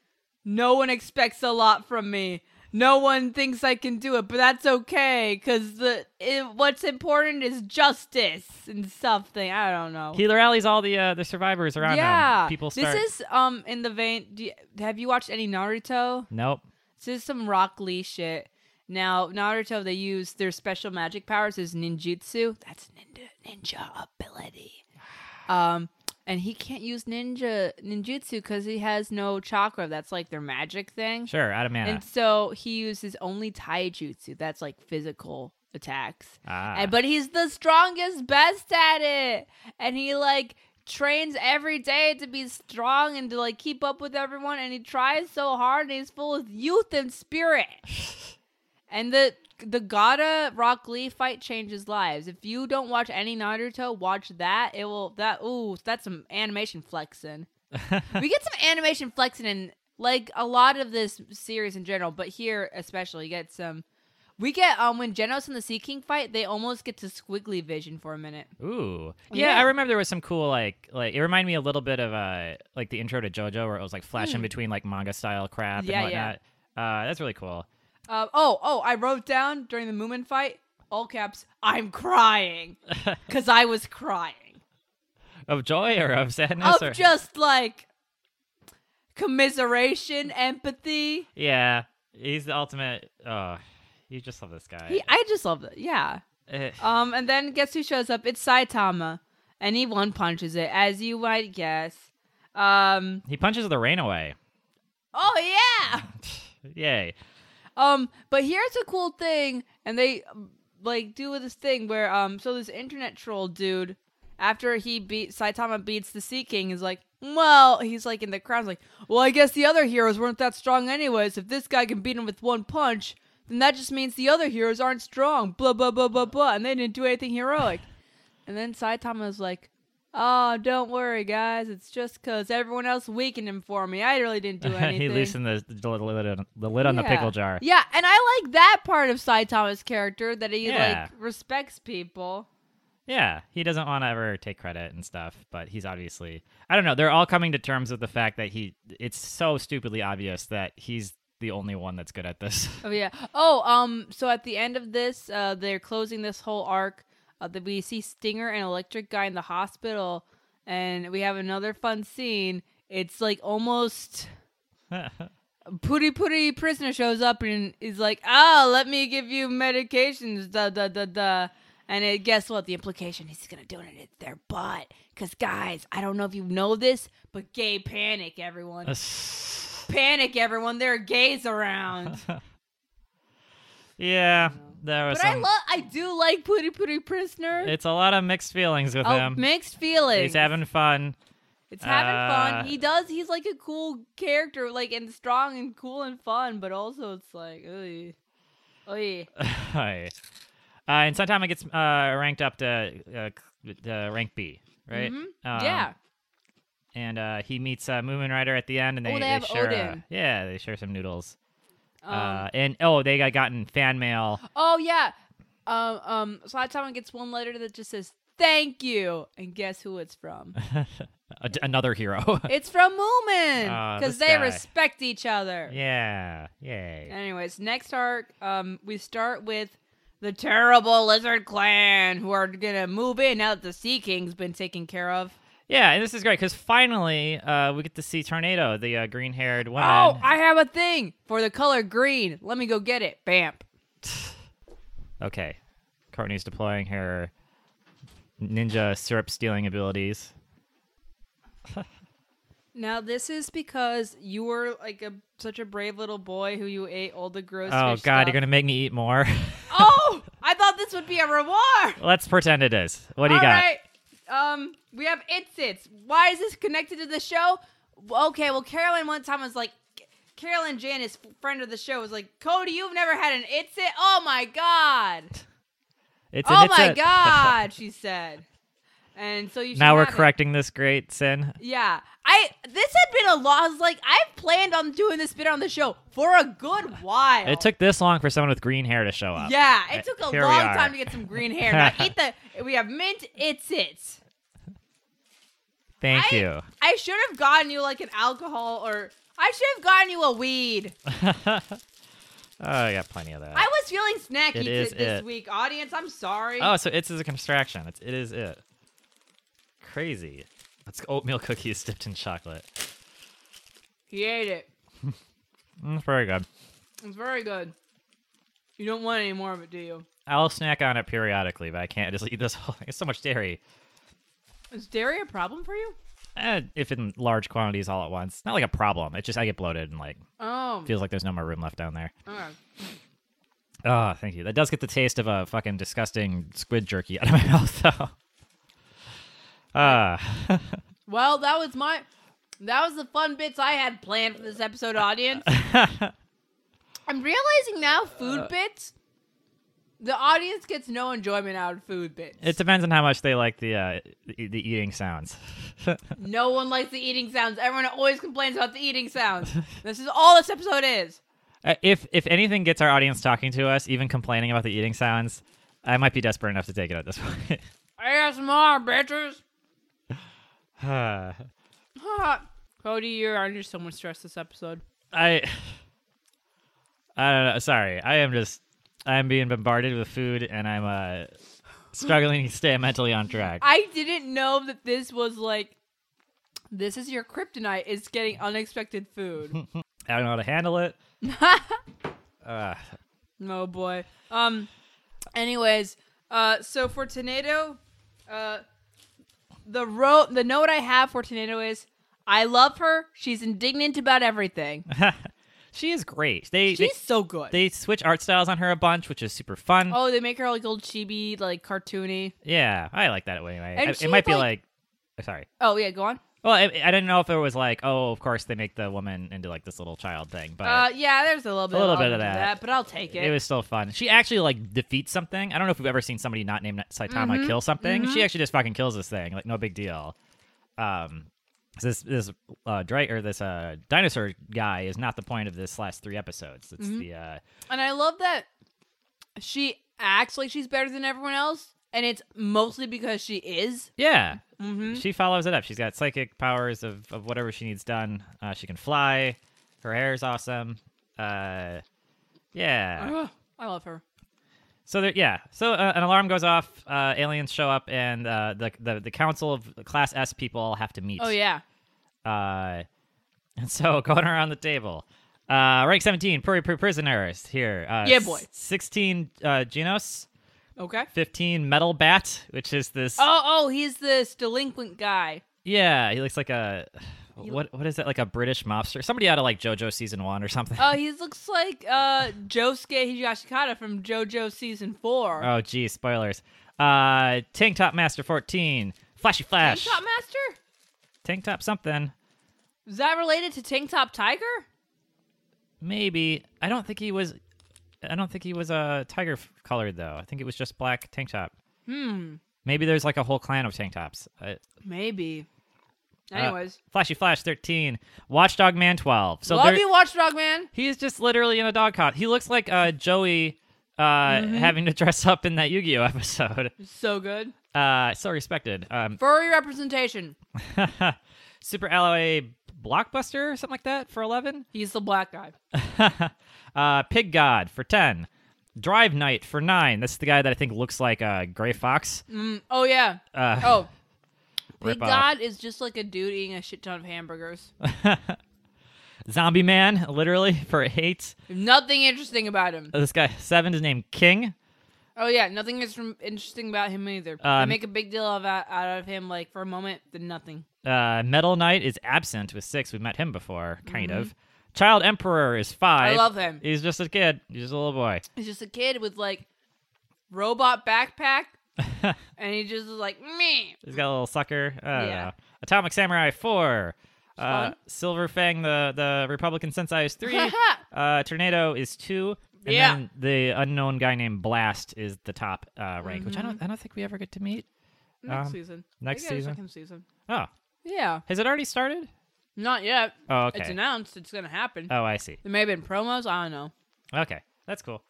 [SPEAKER 1] no one expects a lot from me no one thinks i can do it but that's okay because the it, what's important is justice and something i don't know
[SPEAKER 2] he rallies all the uh, the survivors around
[SPEAKER 1] yeah
[SPEAKER 2] him. People start.
[SPEAKER 1] this is um in the vein do you, have you watched any naruto
[SPEAKER 2] nope.
[SPEAKER 1] this is some rock lee shit now naruto they use their special magic powers is ninjutsu that's ninja ninja ability um and he can't use ninja ninjutsu because he has no chakra that's like their magic thing
[SPEAKER 2] Sure, out of mana.
[SPEAKER 1] and so he uses only taijutsu that's like physical attacks
[SPEAKER 2] ah.
[SPEAKER 1] and, but he's the strongest best at it and he like trains every day to be strong and to like keep up with everyone and he tries so hard and he's full of youth and spirit and the the Gata Rock Lee fight changes lives. If you don't watch any Naruto, watch that. It will that ooh, that's some animation flexing. we get some animation flexing in like a lot of this series in general, but here especially you get some we get um when Genos and the Sea King fight, they almost get to squiggly vision for a minute.
[SPEAKER 2] Ooh. Yeah, I
[SPEAKER 1] Yeah.
[SPEAKER 2] remember there was some cool like like it reminded me a little bit of uh like the intro to JoJo where it was like flashing between like manga style crap
[SPEAKER 1] Hmm. Yeah,
[SPEAKER 2] and
[SPEAKER 1] yeah.
[SPEAKER 2] whatnot. Uh that's really cool.
[SPEAKER 1] Uh, oh, oh, I wrote down during the Moomin fight, all caps, I'm crying. Cause I was crying.
[SPEAKER 2] Of joy or of sadness
[SPEAKER 1] of
[SPEAKER 2] or
[SPEAKER 1] just like commiseration, empathy.
[SPEAKER 2] Yeah. He's the ultimate oh you just love this guy.
[SPEAKER 1] He, I just love that. Yeah.
[SPEAKER 2] Eh,
[SPEAKER 1] Um, and then guess who shows up? It's Saitama, and he one punches it, as you might guess. Um,
[SPEAKER 2] he punches the rain away. [SIGHS]
[SPEAKER 1] oh yeah.
[SPEAKER 2] Yay.
[SPEAKER 1] Um, but here's a cool thing, and they like do this thing where um so this internet troll dude after he beat Saitama beats the Sea King is like well he's like in the crowd like well I guess the other heroes weren't that strong anyways if this guy can beat him with one punch then that just means the other heroes aren't strong blah blah blah blah blah and they didn't do anything heroic [LAUGHS] and then Saitama is like oh don't worry guys it's just cause everyone else weakened him for me I really didn't do
[SPEAKER 2] [LAUGHS]
[SPEAKER 1] anything
[SPEAKER 2] he loosened the, the, lid on- the lid on the
[SPEAKER 1] Yeah.
[SPEAKER 2] pickle jar.
[SPEAKER 1] Yeah, and I like that part of Saitama's character that he
[SPEAKER 2] Yeah.
[SPEAKER 1] like respects people.
[SPEAKER 2] Yeah, he doesn't want to ever take credit and stuff, but he's obviously I don't know, they're all coming to terms with the fact that he it's so stupidly obvious that he's the only one that's good at this. [LAUGHS]
[SPEAKER 1] Oh yeah. Oh, um so at the end of this, uh they're closing this whole arc uh, that we see Stinger and Electric guy in the hospital and we have another fun scene. It's like almost Pooty Pooty prisoner shows up and is like, "Ah, let me give you medications." Da da da da. And it, guess what? The implication he's gonna do it in their butt. Cause guys, I don't know if you know this, but gay panic, everyone. Panic, everyone. There are gays around.
[SPEAKER 2] yeah, there was
[SPEAKER 1] but I
[SPEAKER 2] some,
[SPEAKER 1] love, I do like Pooty Pooty prisoner.
[SPEAKER 2] It's a lot of mixed feelings with
[SPEAKER 1] oh,
[SPEAKER 2] him.
[SPEAKER 1] mixed feelings.
[SPEAKER 2] He's having fun.
[SPEAKER 1] it's having
[SPEAKER 2] uh,
[SPEAKER 1] fun. He does. He's like a cool character, like and strong and cool and fun. But also, it's like, oy, oy.
[SPEAKER 2] Hi. uh, and Saitama gets uh, ranked up to uh, c- uh, rank B, right?
[SPEAKER 1] Mhm.
[SPEAKER 2] Um,
[SPEAKER 1] yeah.
[SPEAKER 2] And uh, he meets uh, Moomin Rider at the end, and
[SPEAKER 1] Oh,
[SPEAKER 2] they,
[SPEAKER 1] they have
[SPEAKER 2] share. uh,
[SPEAKER 1] Odin.
[SPEAKER 2] yeah, they share some noodles.
[SPEAKER 1] Um,
[SPEAKER 2] uh, and oh, they got gotten fan mail.
[SPEAKER 1] Oh yeah. Um um Saitama gets one letter that just says thank you and guess who
[SPEAKER 2] [LAUGHS]
[SPEAKER 1] it's from?
[SPEAKER 2] A- uh, Another
[SPEAKER 1] [LAUGHS]
[SPEAKER 2] hero. [LAUGHS]
[SPEAKER 1] it's from Moomin
[SPEAKER 2] Ah,
[SPEAKER 1] cuz
[SPEAKER 2] this
[SPEAKER 1] they
[SPEAKER 2] guy.
[SPEAKER 1] respect each other.
[SPEAKER 2] yeah. Yay.
[SPEAKER 1] Anyways, next arc um we start with the terrible lizard clan who are going to move in now that the Sea King's been taken care of.
[SPEAKER 2] Yeah, and this is great because finally uh, we get to see Tornado, the uh, green-haired woman.
[SPEAKER 1] Oh, I have a thing for the color green. Let me go get it. Bamp.
[SPEAKER 2] Okay. Courtney's deploying her ninja syrup stealing abilities.
[SPEAKER 1] Now this is because you were like a such a brave little boy who you ate all the gross
[SPEAKER 2] Oh god,
[SPEAKER 1] fish stuff.
[SPEAKER 2] you're going to make me eat more. [LAUGHS]
[SPEAKER 1] Oh, I thought this would be a reward.
[SPEAKER 2] Let's pretend it is. What do you
[SPEAKER 1] All
[SPEAKER 2] got?
[SPEAKER 1] right. Um, we have It's It's. Why is this connected to the show? Okay, well, Carolyn one time was like, Carolyn Janice, friend of the show, was like, Cody, you've never had an It's It? Oh my God.
[SPEAKER 2] It's
[SPEAKER 1] oh
[SPEAKER 2] it's
[SPEAKER 1] my
[SPEAKER 2] a- [LAUGHS]
[SPEAKER 1] God, she said. And so you should
[SPEAKER 2] now we're
[SPEAKER 1] have it.
[SPEAKER 2] correcting this great sin.
[SPEAKER 1] Yeah. I this had been a loss. Like I've planned on doing this bit on the show for a good while.
[SPEAKER 2] It took this long for someone with green hair to show up.
[SPEAKER 1] Yeah,
[SPEAKER 2] Uh,
[SPEAKER 1] it took a
[SPEAKER 2] here we
[SPEAKER 1] long
[SPEAKER 2] are.
[SPEAKER 1] time to get some green
[SPEAKER 2] [LAUGHS]
[SPEAKER 1] hair. Now eat the we have mint it's it.
[SPEAKER 2] Thank
[SPEAKER 1] I-
[SPEAKER 2] you.
[SPEAKER 1] I should have gotten you like an alcohol or I should have gotten you a weed.
[SPEAKER 2] Oh, I got plenty of that.
[SPEAKER 1] I was feeling snacky
[SPEAKER 2] It
[SPEAKER 1] t-
[SPEAKER 2] is
[SPEAKER 1] this
[SPEAKER 2] it.
[SPEAKER 1] week, audience. I'm sorry.
[SPEAKER 2] Oh, so it's is a construction. It's, it is it. Crazy. It's oatmeal [LAUGHS] cookies dipped in chocolate.
[SPEAKER 1] He ate it.
[SPEAKER 2] Mm, It's very good.
[SPEAKER 1] It's very good. You don't want any more of it, do you?
[SPEAKER 2] I'll snack on it periodically, but I can't just [LAUGHS] eat this whole thing. It's so much dairy.
[SPEAKER 1] Is dairy a problem for you?
[SPEAKER 2] Eh, if in large quantities all at once, not like a problem. It's just I get bloated and like
[SPEAKER 1] Oh,
[SPEAKER 2] feels like there's no more room left down there.
[SPEAKER 1] okay.
[SPEAKER 2] Oh, thank you. That does get the taste of a fucking disgusting squid jerky [LAUGHS] out of my mouth, though. Uh,
[SPEAKER 1] well, that was my that was the fun bits I had planned for this
[SPEAKER 2] [LAUGHS]
[SPEAKER 1] episode, audience. I'm realizing now, food
[SPEAKER 2] Uh.
[SPEAKER 1] bits. The audience gets no enjoyment out of food bits.
[SPEAKER 2] it depends on how much they like the uh, the, the eating sounds.
[SPEAKER 1] No one likes the eating sounds. Everyone always complains about the eating [LAUGHS] sounds. this is all this episode is.
[SPEAKER 2] Uh, if if anything gets our audience talking to us, even complaining about the eating sounds, I might be desperate enough to take it at this [LAUGHS] point.
[SPEAKER 1] ASMR, bitches.
[SPEAKER 2] Uh,
[SPEAKER 1] Cody, you're under so much stress this episode.
[SPEAKER 2] I I don't know. Sorry, I am just I'm being bombarded with food, and I'm uh struggling to stay mentally on track.
[SPEAKER 1] I didn't know that this was like, this is your kryptonite. It's getting unexpected food. [LAUGHS]
[SPEAKER 2] I don't know how to handle it. uh,
[SPEAKER 1] oh boy. Um. Anyways, uh, so for tornado, uh, the ro- the [LAUGHS] note I have for tornado is, I love her. She's indignant about everything.
[SPEAKER 2] She is great. They
[SPEAKER 1] She's so good.
[SPEAKER 2] they, they switch art styles on her a bunch, which is super fun.
[SPEAKER 1] oh, they make her like old chibi, like cartoony.
[SPEAKER 2] Yeah, I like that way. Anyway,
[SPEAKER 1] And
[SPEAKER 2] I-
[SPEAKER 1] she,
[SPEAKER 2] it might be
[SPEAKER 1] like-
[SPEAKER 2] like, uh, sorry.
[SPEAKER 1] Oh yeah, go on.
[SPEAKER 2] Well, I, I didn't know if it was like, oh, of course they make the woman into like this little child thing, but
[SPEAKER 1] Uh, yeah, there's a little bit,
[SPEAKER 2] little
[SPEAKER 1] of,
[SPEAKER 2] bit of
[SPEAKER 1] element
[SPEAKER 2] that.
[SPEAKER 1] but I'll take it.
[SPEAKER 2] it was still fun. She actually like defeats something. I don't know if you've ever seen somebody not named Saitama
[SPEAKER 1] Mm-hmm,
[SPEAKER 2] kill something. She actually just fucking kills this thing. Like no big deal. Um, this this uh, dra- or this uh dinosaur guy is not the point of this last three episodes. It's
[SPEAKER 1] Mm-hmm.
[SPEAKER 2] the uh,
[SPEAKER 1] and I love that she acts like she's better than everyone else, and it's mostly because she
[SPEAKER 2] [SIGHS]
[SPEAKER 1] is.
[SPEAKER 2] yeah.
[SPEAKER 1] Mm-hmm.
[SPEAKER 2] She follows it up. She's got psychic powers of, of whatever she needs done. Uh, she can fly. Her hair is awesome. Uh, yeah.
[SPEAKER 1] Ugh, I love her.
[SPEAKER 2] So there, yeah. So uh, an alarm goes off. Uh, aliens show up, and uh, the, the the council of Class S people all have to meet.
[SPEAKER 1] Oh yeah,
[SPEAKER 2] Uh, [LAUGHS] and so [LAUGHS] going around the table, uh, rank seventeen, Puri Puri prisoners here. Uh,
[SPEAKER 1] Yeah, boy.
[SPEAKER 2] s- Sixteen uh, Genos,
[SPEAKER 1] okay.
[SPEAKER 2] fifteen Metal Bat, which is this.
[SPEAKER 1] Oh oh, he's this delinquent guy.
[SPEAKER 2] Yeah, he looks like a. [SIGHS] What what is that? Like a British mobster? Somebody out of like JoJo season one or something.
[SPEAKER 1] Oh, he looks like uh Josuke Higashikata from JoJo season four.
[SPEAKER 2] [LAUGHS] oh, geez, spoilers. Uh, Tank Top Master fourteen, Flashy
[SPEAKER 1] Tank
[SPEAKER 2] Flash,
[SPEAKER 1] Top Master?
[SPEAKER 2] Tank Top something.
[SPEAKER 1] Is that related to Tank Top Tiger?
[SPEAKER 2] Maybe. I don't think he was. I don't think he was a uh, tiger f- colored though. I think it was just black tank top. Hmm. Maybe there's like a whole clan of tank tops. Uh,
[SPEAKER 1] Maybe.
[SPEAKER 2] uh,
[SPEAKER 1] Anyways,
[SPEAKER 2] Flashy Flash thirteen, Watchdog Man twelve. So
[SPEAKER 1] love
[SPEAKER 2] there,
[SPEAKER 1] you, Watchdog Man.
[SPEAKER 2] he is just literally in a dog cot. He looks like uh, Joey uh,
[SPEAKER 1] Mm-hmm.
[SPEAKER 2] having to [LAUGHS] dress up in that Yu-Gi-Oh episode.
[SPEAKER 1] So good.
[SPEAKER 2] Uh, so respected. Um,
[SPEAKER 1] Furry representation.
[SPEAKER 2] Super Alloy Blockbuster, something like that for eleven.
[SPEAKER 1] He's the black guy.
[SPEAKER 2] uh, Pig God for 10. Drive Knight for 9. This is the guy that I think looks like a gray fox.
[SPEAKER 1] Oh yeah.
[SPEAKER 2] Uh,
[SPEAKER 1] Oh. Big
[SPEAKER 2] Rip off.
[SPEAKER 1] God is just like a dude eating a shit ton of hamburgers.
[SPEAKER 2] Zombie Man, [LAUGHS] literally, for 8.
[SPEAKER 1] nothing interesting about him.
[SPEAKER 2] Uh, This guy, 7 is named King.
[SPEAKER 1] Oh yeah, nothing is from- interesting about him either. I
[SPEAKER 2] Um,
[SPEAKER 1] make a big deal of out, out of him like for a moment, then nothing.
[SPEAKER 2] Uh, Metal Knight is absent with 6. We've met him before, kind of. Child Emperor is 5.
[SPEAKER 1] Mm-hmm. I love him.
[SPEAKER 2] He's just a kid. He's just a little boy.
[SPEAKER 1] He's just a kid with like robot
[SPEAKER 2] [LAUGHS]
[SPEAKER 1] backpack, and he just is like me.
[SPEAKER 2] He's got a little sucker. I don't
[SPEAKER 1] Yeah.
[SPEAKER 2] know. Atomic Samurai 4. Uh,
[SPEAKER 1] Fun.
[SPEAKER 2] Silver Fang, the, the Republican Sensei, is
[SPEAKER 1] [LAUGHS]
[SPEAKER 2] 3. Uh, tornado is two. And
[SPEAKER 1] Yeah.
[SPEAKER 2] then the unknown guy named Blast is the top uh, rank, which I
[SPEAKER 1] Mm-hmm.
[SPEAKER 2] don't I don't think we ever get to meet.
[SPEAKER 1] Next
[SPEAKER 2] Um,
[SPEAKER 1] season.
[SPEAKER 2] next
[SPEAKER 1] We got a
[SPEAKER 2] season?
[SPEAKER 1] Second season.
[SPEAKER 2] Oh.
[SPEAKER 1] Yeah.
[SPEAKER 2] Has it already started?
[SPEAKER 1] Not yet.
[SPEAKER 2] Oh, okay.
[SPEAKER 1] It's announced. It's gonna happen.
[SPEAKER 2] oh, I see.
[SPEAKER 1] there may have been promos. I don't know.
[SPEAKER 2] Okay. That's cool.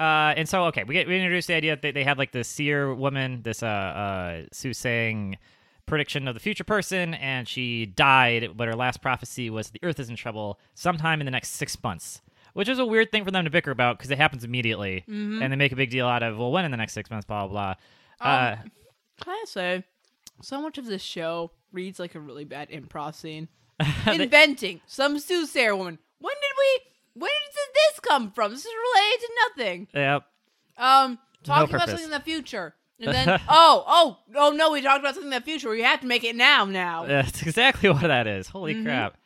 [SPEAKER 2] Uh, and so okay, we get we introduced the idea that they, they have like this seer woman, this uh uh soothsaying prediction of the future person, and she died, but her last prophecy was the earth is in trouble sometime in the next six months. Which is a weird thing for them to bicker about because it happens immediately, and they make a big deal out of well, when in the next six months, blah blah. blah. uh,
[SPEAKER 1] Can I say, so much of this show reads like a really bad
[SPEAKER 2] [LAUGHS]
[SPEAKER 1] improv scene. Inventing some soothsayer woman. When did we? When did this come from? This is related to nothing.
[SPEAKER 2] Uh, Yep.
[SPEAKER 1] Um, talking about
[SPEAKER 2] purpose.
[SPEAKER 1] something in the future.
[SPEAKER 2] [LAUGHS]
[SPEAKER 1] And then, oh, oh, oh no, we talked about something in the future. We have to make it now,
[SPEAKER 2] [LAUGHS]
[SPEAKER 1] now.
[SPEAKER 2] That's exactly what that is. Holy crap.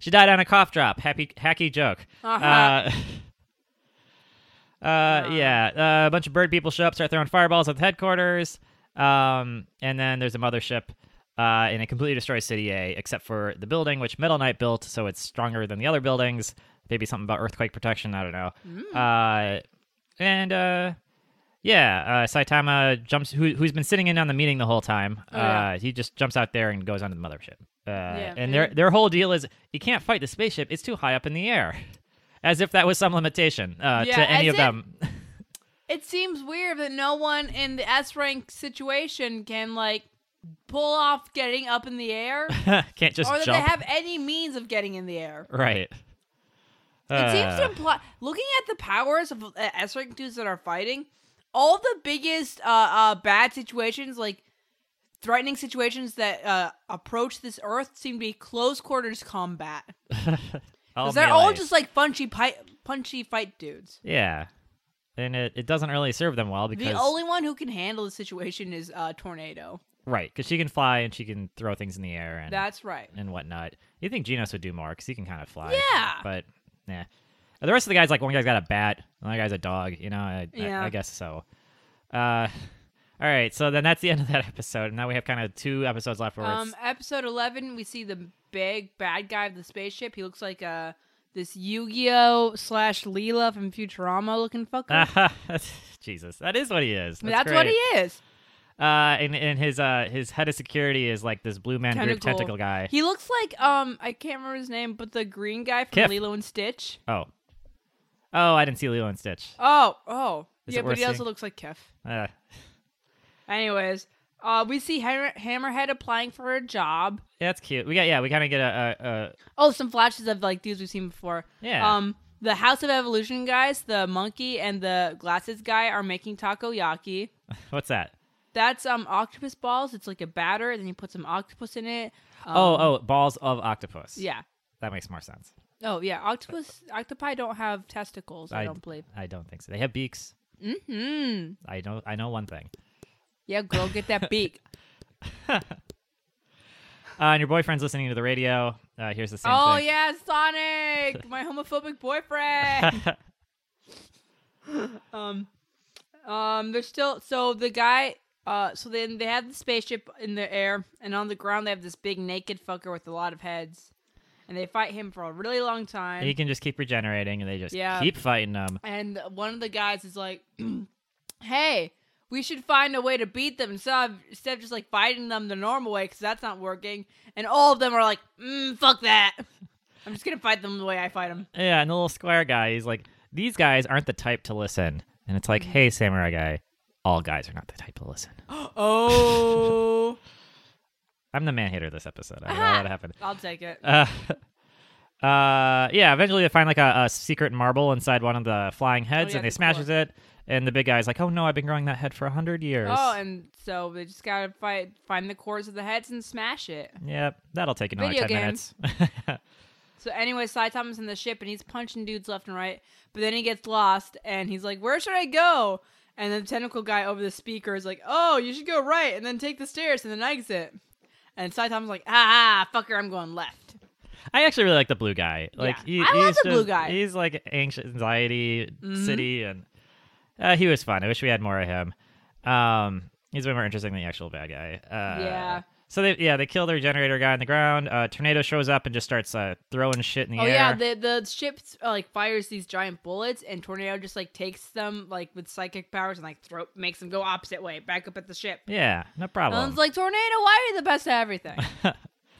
[SPEAKER 2] She died on a cough drop. Happy hacky joke.
[SPEAKER 1] Uh-huh.
[SPEAKER 2] Uh, [LAUGHS] uh, yeah. Uh, a bunch of bird people show up, start throwing fireballs at the headquarters. Um, and then there's a mothership. Uh, and it completely destroys City A, except for the building which Metal Knight built, so it's stronger than the other buildings. Maybe something about earthquake protection. I don't know. Uh, and uh, yeah, uh, Saitama jumps. Who, who's been sitting in on the meeting the whole time?
[SPEAKER 1] Oh, yeah.
[SPEAKER 2] uh, he just jumps out there and goes onto the mothership. Uh, and
[SPEAKER 1] maybe.
[SPEAKER 2] their their whole deal is you can't fight the spaceship; it's too high up in the air, [LAUGHS] as if that was some limitation uh,
[SPEAKER 1] Yeah,
[SPEAKER 2] to any of
[SPEAKER 1] as if-
[SPEAKER 2] them. [LAUGHS]
[SPEAKER 1] It seems weird that no one in the S rank situation can like pull off getting up in the air,
[SPEAKER 2] can't [LAUGHS] just
[SPEAKER 1] or that
[SPEAKER 2] jump
[SPEAKER 1] they have any means of getting in the air.
[SPEAKER 2] [LAUGHS] right.
[SPEAKER 1] It seems to
[SPEAKER 2] Uh,
[SPEAKER 1] imply looking at the powers of uh, S rank dudes that are fighting, all the biggest uh, uh, bad situations, like threatening situations that uh, approach this Earth, seem to be close quarters combat.
[SPEAKER 2] all
[SPEAKER 1] 'Cause they're all
[SPEAKER 2] melee.
[SPEAKER 1] just like punchy, pi- punchy fight dudes.
[SPEAKER 2] yeah, and it, it doesn't really serve them well because
[SPEAKER 1] The only one who can handle the situation is uh, Tornado.
[SPEAKER 2] right because she can fly and she can throw things in the air and
[SPEAKER 1] That's right.
[SPEAKER 2] and whatnot. You think Genos would do more because he can kind of fly.
[SPEAKER 1] Yeah.
[SPEAKER 2] But yeah. The rest of the guys, like one guy's got a bat, another guy's a dog. You know, I, I-
[SPEAKER 1] Yeah.
[SPEAKER 2] I, guess so. Uh, all right, so then that's the [LAUGHS] end of that episode. Now we have kind of two episodes left. Where
[SPEAKER 1] Um,
[SPEAKER 2] it's,
[SPEAKER 1] episode eleven, we see the big bad guy of the spaceship. He looks like uh this Yu-Gi-Oh slash Leela from Futurama looking fucker.
[SPEAKER 2] [LAUGHS] Jesus, that is what he is. That's,
[SPEAKER 1] That's,
[SPEAKER 2] great.
[SPEAKER 1] what he is.
[SPEAKER 2] Uh, and, and his uh his head of security is like this blue man group
[SPEAKER 1] Tentacle.
[SPEAKER 2] tentacle guy.
[SPEAKER 1] He looks like um I can't remember his name, but the green guy from
[SPEAKER 2] Kif.
[SPEAKER 1] Lilo and Stitch.
[SPEAKER 2] Oh, oh, I didn't see Lilo and Stitch.
[SPEAKER 1] Oh, oh,
[SPEAKER 2] Is
[SPEAKER 1] yeah,
[SPEAKER 2] it
[SPEAKER 1] but
[SPEAKER 2] worth
[SPEAKER 1] he also
[SPEAKER 2] seeing?
[SPEAKER 1] looks like Kef.
[SPEAKER 2] Uh,
[SPEAKER 1] Anyways, uh, we see Hammer- Hammerhead applying for a job.
[SPEAKER 2] that's cute. We got yeah, we kind of get a, a, a
[SPEAKER 1] Oh, some flashes of like dudes we've seen before.
[SPEAKER 2] Yeah.
[SPEAKER 1] Um, the House of Evolution guys, the monkey and the glasses guy are making takoyaki.
[SPEAKER 2] what's that?
[SPEAKER 1] That's um octopus balls. It's like a batter, and then you put some octopus in it. Um,
[SPEAKER 2] oh, oh, balls of octopus.
[SPEAKER 1] yeah.
[SPEAKER 2] that makes more sense.
[SPEAKER 1] Oh yeah, octopus octopi don't have testicles. I,
[SPEAKER 2] I-
[SPEAKER 1] don't believe.
[SPEAKER 2] I don't think so. They have beaks.
[SPEAKER 1] Hmm.
[SPEAKER 2] I know. I know one thing.
[SPEAKER 1] Yeah, girl, get that beak.
[SPEAKER 2] Uh, and your boyfriend's listening to the radio. Uh, here's the [LAUGHS] same
[SPEAKER 1] oh
[SPEAKER 2] thing.
[SPEAKER 1] yeah, Sonic, my homophobic boyfriend.
[SPEAKER 2] [LAUGHS]
[SPEAKER 1] [LAUGHS]
[SPEAKER 2] yeah.
[SPEAKER 1] um, um, they're still so the guy. Uh, so then they have the spaceship in the air, and on the ground they have this big naked fucker with a lot of heads, and they fight him for a really long time.
[SPEAKER 2] he can just keep regenerating, and they just
[SPEAKER 1] Yeah.
[SPEAKER 2] keep fighting them.
[SPEAKER 1] and one of the guys is like, [CLEARS THROAT] "Hey, we should find a way to beat them instead of, instead of just like fighting them the normal way because that's not working." And all of them are like, mm, "Fuck that! [LAUGHS] I'm just gonna fight them the way I fight them."
[SPEAKER 2] Yeah, and the little square guy, he's like, these guys aren't the type to listen. And it's like,
[SPEAKER 1] Mm.
[SPEAKER 2] hey, samurai guy, all guys are not the type to listen.
[SPEAKER 1] oh,
[SPEAKER 2] I'm the man hater this episode. I don't know
[SPEAKER 1] Aha.
[SPEAKER 2] what
[SPEAKER 1] [LAUGHS]
[SPEAKER 2] happened.
[SPEAKER 1] I'll take it.
[SPEAKER 2] Uh, [LAUGHS] uh, yeah, eventually they find like a, a secret marble inside one of the flying heads,
[SPEAKER 1] Oh, yeah,
[SPEAKER 2] and they
[SPEAKER 1] the
[SPEAKER 2] smashes it. And the big guy's like, oh no, I've been growing that head for a hundred years.
[SPEAKER 1] Oh, and so they just gotta fight, find the cores of the heads and smash it.
[SPEAKER 2] Yep, that'll take another
[SPEAKER 1] Video
[SPEAKER 2] ten
[SPEAKER 1] games.
[SPEAKER 2] minutes. [LAUGHS]
[SPEAKER 1] So anyway, Saitama's in the ship and he's punching dudes left and right, but then he gets lost and he's like, "Where should I go?" And the tentacle guy over the speaker is like, "Oh, you should go right and then take the stairs and then exit." And Saitama's like, "Ah, fucker, I'm going left."
[SPEAKER 2] I actually really like the blue guy. Like he,
[SPEAKER 1] Yeah. I love
[SPEAKER 2] he's
[SPEAKER 1] the blue
[SPEAKER 2] just-
[SPEAKER 1] guy. Mm-hmm.
[SPEAKER 2] He's like anxious anxiety city, and uh, he was fun. I wish we had more of him. Um, he's way more interesting than the actual bad guy. Uh,
[SPEAKER 1] Yeah.
[SPEAKER 2] So they yeah they kill their generator guy on the ground. Uh, tornado shows up and just starts uh, throwing shit in the
[SPEAKER 1] Oh
[SPEAKER 2] air.
[SPEAKER 1] yeah, the the ship uh, like fires these giant bullets and tornado just like takes them like with psychic powers and like throw makes them go opposite way back up at the ship.
[SPEAKER 2] yeah, no
[SPEAKER 1] Ellen's
[SPEAKER 2] problem.
[SPEAKER 1] like, Tornado, why are you the best at everything?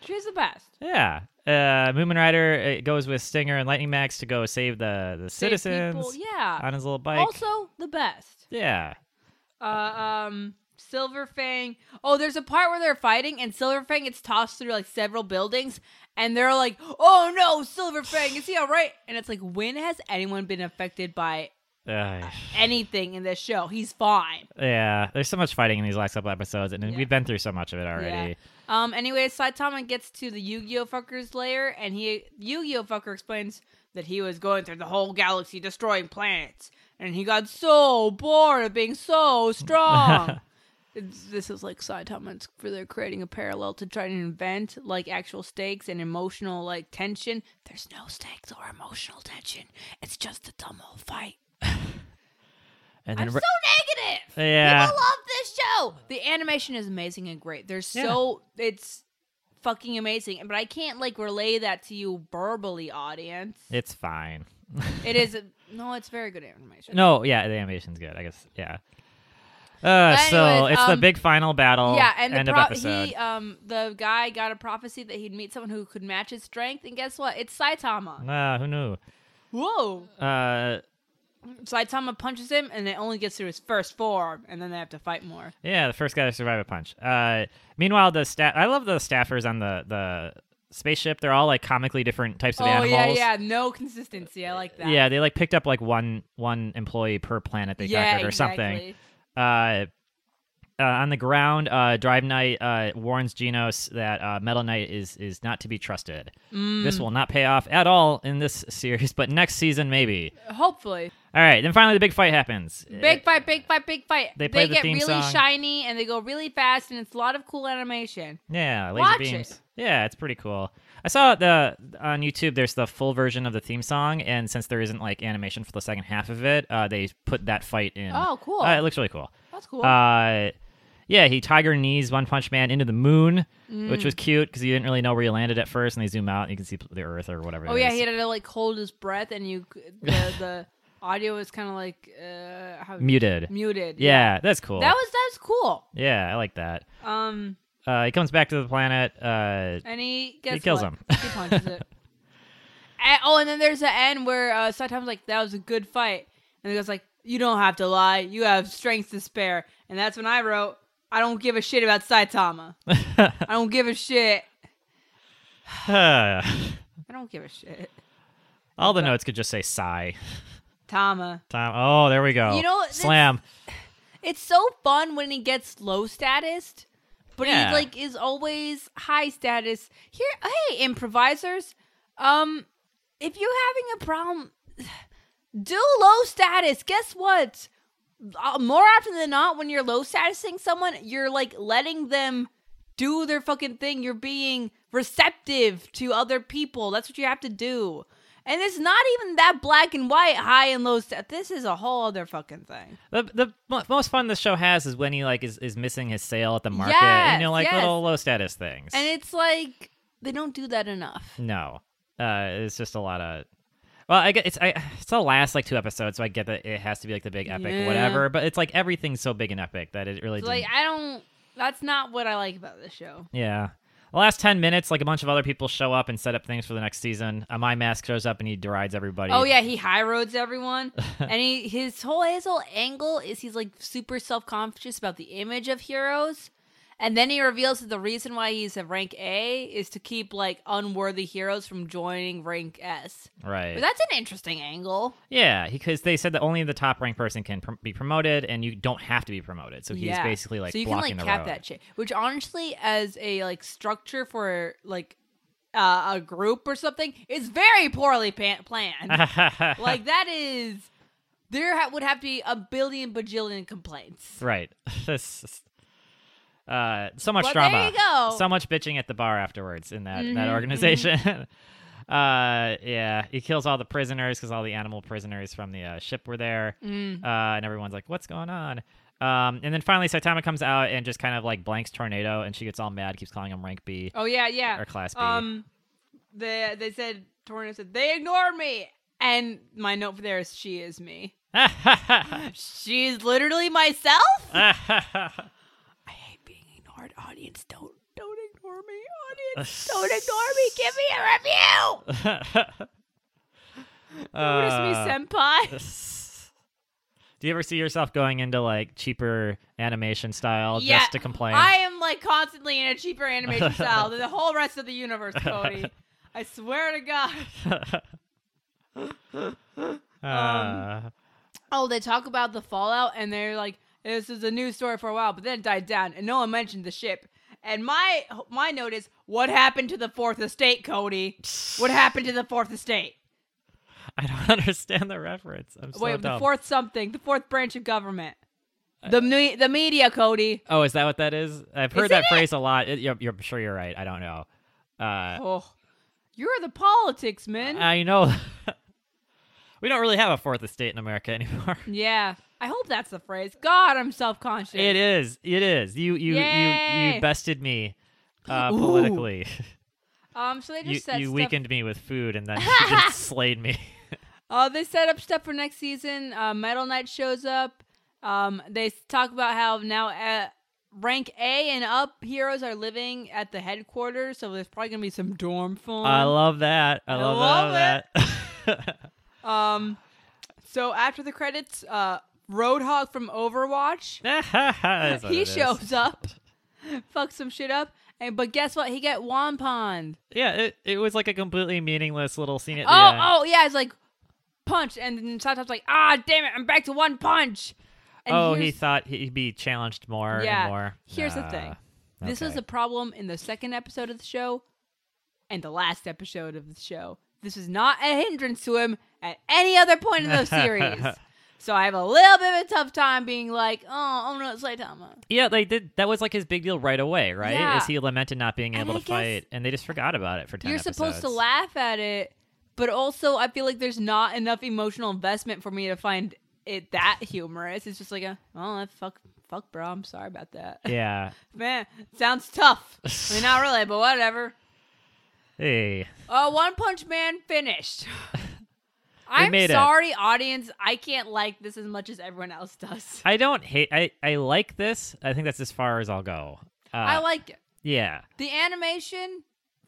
[SPEAKER 1] She's the best.
[SPEAKER 2] yeah. Uh, Moomin Rider uh, goes with Stinger and Lightning Max to go save the the
[SPEAKER 1] Save
[SPEAKER 2] citizens
[SPEAKER 1] people. Yeah.
[SPEAKER 2] on his little bike.
[SPEAKER 1] also the best.
[SPEAKER 2] yeah.
[SPEAKER 1] Uh, um, Silver Fang. Oh, there's a part where they're fighting, and Silver Fang gets tossed through like several buildings, and they're like, "Oh no, Silver Fang, is he all right?" And it's like, when has anyone been affected by
[SPEAKER 2] Ugh.
[SPEAKER 1] anything in this show? He's fine.
[SPEAKER 2] Yeah, there's so much fighting in these last couple episodes, and
[SPEAKER 1] Yeah.
[SPEAKER 2] we've been through so much of it already.
[SPEAKER 1] Um. Anyway, Saitama gets to the Yu-Gi-Oh fucker's lair, and he Yu-Gi-Oh fucker explains that he was going through the whole galaxy destroying planets, and he got so bored of being so
[SPEAKER 2] [LAUGHS]
[SPEAKER 1] strong. It's- this is like Saitama. It's for they're creating a parallel to try to invent like actual stakes and emotional like tension. There's no stakes or emotional tension. It's just a dumb old fight.
[SPEAKER 2] And
[SPEAKER 1] I'm
[SPEAKER 2] then
[SPEAKER 1] so
[SPEAKER 2] Ra-
[SPEAKER 1] negative.
[SPEAKER 2] Yeah.
[SPEAKER 1] People love this show. The animation is amazing and great. They're so it's fucking amazing. But I can't like relay that to you verbally, audience.
[SPEAKER 2] it's fine.
[SPEAKER 1] it is no, it's very good animation.
[SPEAKER 2] No, yeah, the animation's good. I guess, yeah. Uh, so
[SPEAKER 1] anyways,
[SPEAKER 2] it's the
[SPEAKER 1] um,
[SPEAKER 2] big final battle.
[SPEAKER 1] yeah, and
[SPEAKER 2] end
[SPEAKER 1] the
[SPEAKER 2] of
[SPEAKER 1] pro-
[SPEAKER 2] episode.
[SPEAKER 1] he um the guy got a prophecy that he'd meet someone who could match his strength, and guess what? It's Saitama.
[SPEAKER 2] Nah, Uh, who knew?
[SPEAKER 1] Whoa!
[SPEAKER 2] Uh,
[SPEAKER 1] Saitama punches him, and it only gets through his first form, and then they have to fight more.
[SPEAKER 2] yeah, the first guy to survive a punch. Uh, meanwhile, the staff. I love the staffers on the the spaceship. They're all like comically different types of
[SPEAKER 1] oh
[SPEAKER 2] animals.
[SPEAKER 1] yeah, yeah, no consistency. I like that.
[SPEAKER 2] Yeah, they like picked up like one one employee per planet they
[SPEAKER 1] yeah,
[SPEAKER 2] conquered or something.
[SPEAKER 1] exactly.
[SPEAKER 2] uh, uh, on the ground, uh, Drive Knight uh, warns Genos that uh, Metal Knight is is not to be trusted.
[SPEAKER 1] Mm.
[SPEAKER 2] This will not pay off at all in this [LAUGHS] series, but next season maybe.
[SPEAKER 1] Hopefully.
[SPEAKER 2] All right, then finally the big fight happens. Uh,
[SPEAKER 1] Big fight, big fight, big fight.
[SPEAKER 2] They
[SPEAKER 1] They,
[SPEAKER 2] play the
[SPEAKER 1] get
[SPEAKER 2] theme
[SPEAKER 1] really
[SPEAKER 2] song.
[SPEAKER 1] shiny and they go really fast, and it's a lot of cool animation.
[SPEAKER 2] Yeah, laser
[SPEAKER 1] Watch
[SPEAKER 2] beams.
[SPEAKER 1] it.
[SPEAKER 2] Yeah, it's pretty cool. I saw the on YouTube. There's the full version of the theme song, and since there isn't like animation for the second half of it, uh, they put that fight in.
[SPEAKER 1] Oh, cool.
[SPEAKER 2] Uh, it looks really cool.
[SPEAKER 1] That's cool.
[SPEAKER 2] Uh, yeah, he tiger knees One Punch Man into the moon, which
[SPEAKER 1] Mm.
[SPEAKER 2] was cute because you didn't really know where you landed at first, and they zoom out and you can see the Earth or whatever.
[SPEAKER 1] oh
[SPEAKER 2] it
[SPEAKER 1] yeah,
[SPEAKER 2] is.
[SPEAKER 1] he had to like hold his breath, and you c-
[SPEAKER 2] [LAUGHS]
[SPEAKER 1] the the audio was kind of like uh, how
[SPEAKER 2] muted.
[SPEAKER 1] muted.
[SPEAKER 2] Yeah, that's cool.
[SPEAKER 1] that was that was cool.
[SPEAKER 2] yeah, I like that.
[SPEAKER 1] Um,
[SPEAKER 2] Uh, he comes back to the planet. Uh, [SIGHS]
[SPEAKER 1] and he gets
[SPEAKER 2] kills
[SPEAKER 1] what?
[SPEAKER 2] him.
[SPEAKER 1] He punches
[SPEAKER 2] [LAUGHS]
[SPEAKER 1] it. And- oh, and then there's the end where uh, Saitama's like, "That was a good fight," and he goes like, "You don't have to lie. You have strength to spare." And that's when I wrote, "I don't give a shit about
[SPEAKER 2] [LAUGHS]
[SPEAKER 1] Saitama. I don't give a shit. I don't give a shit."
[SPEAKER 2] all the notes could just say sigh.
[SPEAKER 1] Tama.
[SPEAKER 2] Time. Oh, there we go.
[SPEAKER 1] You know, this-
[SPEAKER 2] slam.
[SPEAKER 1] It's so fun when he gets low status, but
[SPEAKER 2] Yeah.
[SPEAKER 1] he like is always high status. Here, hey improvisers, um, if you're having a problem, [SIGHS] do low status. Guess what? Uh, more often than not, when you're low statusing someone, you're like letting them do their fucking thing. You're being receptive to other people. That's what you have to do. And it's not even that black and white, high and low. Stat- this is a whole other fucking thing.
[SPEAKER 2] The, the mo- most fun this show has is when he like is, is missing his sale at the market.
[SPEAKER 1] Yes,
[SPEAKER 2] you know, like
[SPEAKER 1] yes.
[SPEAKER 2] little low status things.
[SPEAKER 1] And it's like they don't do that enough.
[SPEAKER 2] no, uh, it's just a lot of. Well, I get it's I, [SIGHS] it's the last like two episodes, so I get that it has to be like the big epic,
[SPEAKER 1] Yeah.
[SPEAKER 2] whatever. But it's like everything's so big and epic that it really
[SPEAKER 1] It's like
[SPEAKER 2] didn't-
[SPEAKER 1] I don't. That's not what I like about this show.
[SPEAKER 2] yeah. The last ten minutes, like a bunch of other people show up and set up things for the next season. Uh, My Mask shows up and he derides everybody.
[SPEAKER 1] Oh yeah, he high roads everyone, and he his whole his whole angle is he's like super self conscious about the image of heroes, and then he reveals that the reason why he's a rank A is to keep like unworthy heroes from joining rank S.
[SPEAKER 2] right.
[SPEAKER 1] But that's an interesting angle.
[SPEAKER 2] Yeah, because they said that only the top ranked person can pr- be promoted, and you don't have to be promoted. So he's
[SPEAKER 1] Yeah.
[SPEAKER 2] basically like
[SPEAKER 1] so you
[SPEAKER 2] blocking
[SPEAKER 1] can
[SPEAKER 2] the
[SPEAKER 1] like cap
[SPEAKER 2] road.
[SPEAKER 1] that shit which honestly as a like structure for like uh, a group or something is very poorly pa-
[SPEAKER 2] [LAUGHS]
[SPEAKER 1] planned like that is there ha- would have to be a billion bajillion complaints
[SPEAKER 2] right. [LAUGHS] This is- uh, so much
[SPEAKER 1] But there
[SPEAKER 2] drama.
[SPEAKER 1] you go. Mm-hmm,
[SPEAKER 2] So much bitching at the bar afterwards in that that organization. [LAUGHS] uh, yeah, he kills all the prisoners because all the animal prisoners from the uh, ship were there,
[SPEAKER 1] Mm.
[SPEAKER 2] uh, and everyone's like, "What's going on?" Um, and then finally, Saitama comes out and just kind of like blanks Tornado, and she gets all mad, keeps calling him Rank B.
[SPEAKER 1] oh yeah yeah
[SPEAKER 2] Or Class B. [LAUGHS]
[SPEAKER 1] um they they said torino said they ignored me and my note for there is she is me she's literally myself i hate being ignored audience don't don't ignore me
[SPEAKER 2] [LAUGHS]
[SPEAKER 1] audience don't ignore me give me a review Notice me,
[SPEAKER 2] Uh,
[SPEAKER 1] senpai.
[SPEAKER 2] [LAUGHS] Do you ever see yourself going into like cheaper animation style just to complain?
[SPEAKER 1] I am like constantly in a
[SPEAKER 2] [LAUGHS]
[SPEAKER 1] cheaper animation style than the whole rest of the universe, Cody. I swear to God.
[SPEAKER 2] Uh,
[SPEAKER 1] Oh, they talk about the fallout and they're like, this is a news story for a while, but then it died down and no one mentioned the ship. And my my note is, what happened to the fourth estate, Cody? What happened to the fourth estate?
[SPEAKER 2] [LAUGHS] I don't [LAUGHS] understand the reference. I'm so
[SPEAKER 1] Wait, the
[SPEAKER 2] dumb.
[SPEAKER 1] fourth something, the fourth branch of government. The me- the media, Cody.
[SPEAKER 2] Oh, is that what that is? I've heard
[SPEAKER 1] Isn't
[SPEAKER 2] that
[SPEAKER 1] it?
[SPEAKER 2] phrase a lot. It- you're, you're I'm sure you're right. I don't know. Uh,
[SPEAKER 1] Oh, you're the politics, man.
[SPEAKER 2] I know. [LAUGHS] we don't really have a fourth estate in America [LAUGHS] anymore.
[SPEAKER 1] Yeah. I hope that's the phrase. God, I'm self conscious.
[SPEAKER 2] It is. It is. You you you
[SPEAKER 1] Yay.
[SPEAKER 2] you bested
[SPEAKER 1] [GASPS]
[SPEAKER 2] me uh,
[SPEAKER 1] Ooh.
[SPEAKER 2] politically.
[SPEAKER 1] Um, so they just
[SPEAKER 2] you
[SPEAKER 1] set
[SPEAKER 2] you
[SPEAKER 1] stuff-
[SPEAKER 2] weakened me with food
[SPEAKER 1] [LAUGHS]
[SPEAKER 2] and then you just slayed me.
[SPEAKER 1] Uh, they set up stuff for next season. Uh, Metal Knight shows up. Um, they s- talk about how now uh, rank A and up heroes are living at the headquarters, so there's probably gonna be some dorm fun.
[SPEAKER 2] I love that. I
[SPEAKER 1] I
[SPEAKER 2] love,
[SPEAKER 1] love
[SPEAKER 2] that. [LAUGHS]
[SPEAKER 1] um, so after the credits, uh, Roadhog from Overwatch
[SPEAKER 2] That's what it
[SPEAKER 1] [LAUGHS] he
[SPEAKER 2] is.
[SPEAKER 1] shows up, [LAUGHS] fucks some shit up, and but guess what? He got Wampond.
[SPEAKER 2] Yeah, it, it was like a completely meaningless little scene at the
[SPEAKER 1] Oh,
[SPEAKER 2] end.
[SPEAKER 1] oh yeah, it's like punch, and then Cyclops like, ah, damn it, I'm back to one punch. And
[SPEAKER 2] Oh, he
[SPEAKER 1] here's-
[SPEAKER 2] thought he'd be challenged more
[SPEAKER 1] Yeah,
[SPEAKER 2] and more. Ah,
[SPEAKER 1] here's the thing. This was
[SPEAKER 2] okay.
[SPEAKER 1] a problem in the second episode of the show, and the last
[SPEAKER 2] [LAUGHS]
[SPEAKER 1] episode of the show. This is not a hindrance to him at any other point in the series. So I have a little bit of a tough time being like, oh, oh no, it's Saitama.
[SPEAKER 2] Yeah, they did. That was like his big deal right away, right?
[SPEAKER 1] Yeah.
[SPEAKER 2] Is he lamented not being
[SPEAKER 1] And
[SPEAKER 2] able
[SPEAKER 1] I
[SPEAKER 2] to
[SPEAKER 1] guess
[SPEAKER 2] fight, and they just forgot about it for ten.
[SPEAKER 1] You're supposed to
[SPEAKER 2] episodes.
[SPEAKER 1] laugh at it, but also I feel like there's not enough emotional investment for me to find it that humorous. It's just like a, oh, that fuck, fuck, bro. I'm sorry about
[SPEAKER 2] [LAUGHS]
[SPEAKER 1] that.
[SPEAKER 2] Yeah.
[SPEAKER 1] Man, sounds tough. I mean, not really,
[SPEAKER 2] [LAUGHS]
[SPEAKER 1] but whatever.
[SPEAKER 2] Hey.
[SPEAKER 1] Uh, One Punch Man
[SPEAKER 2] [LAUGHS]
[SPEAKER 1] finished. I'm
[SPEAKER 2] made it.
[SPEAKER 1] sorry, audience. I can't like this as much as everyone else
[SPEAKER 2] [LAUGHS]
[SPEAKER 1] does.
[SPEAKER 2] I don't hate. I I like this. I think that's as far as I'll go. Uh,
[SPEAKER 1] I liked it.
[SPEAKER 2] Yeah,
[SPEAKER 1] The animation,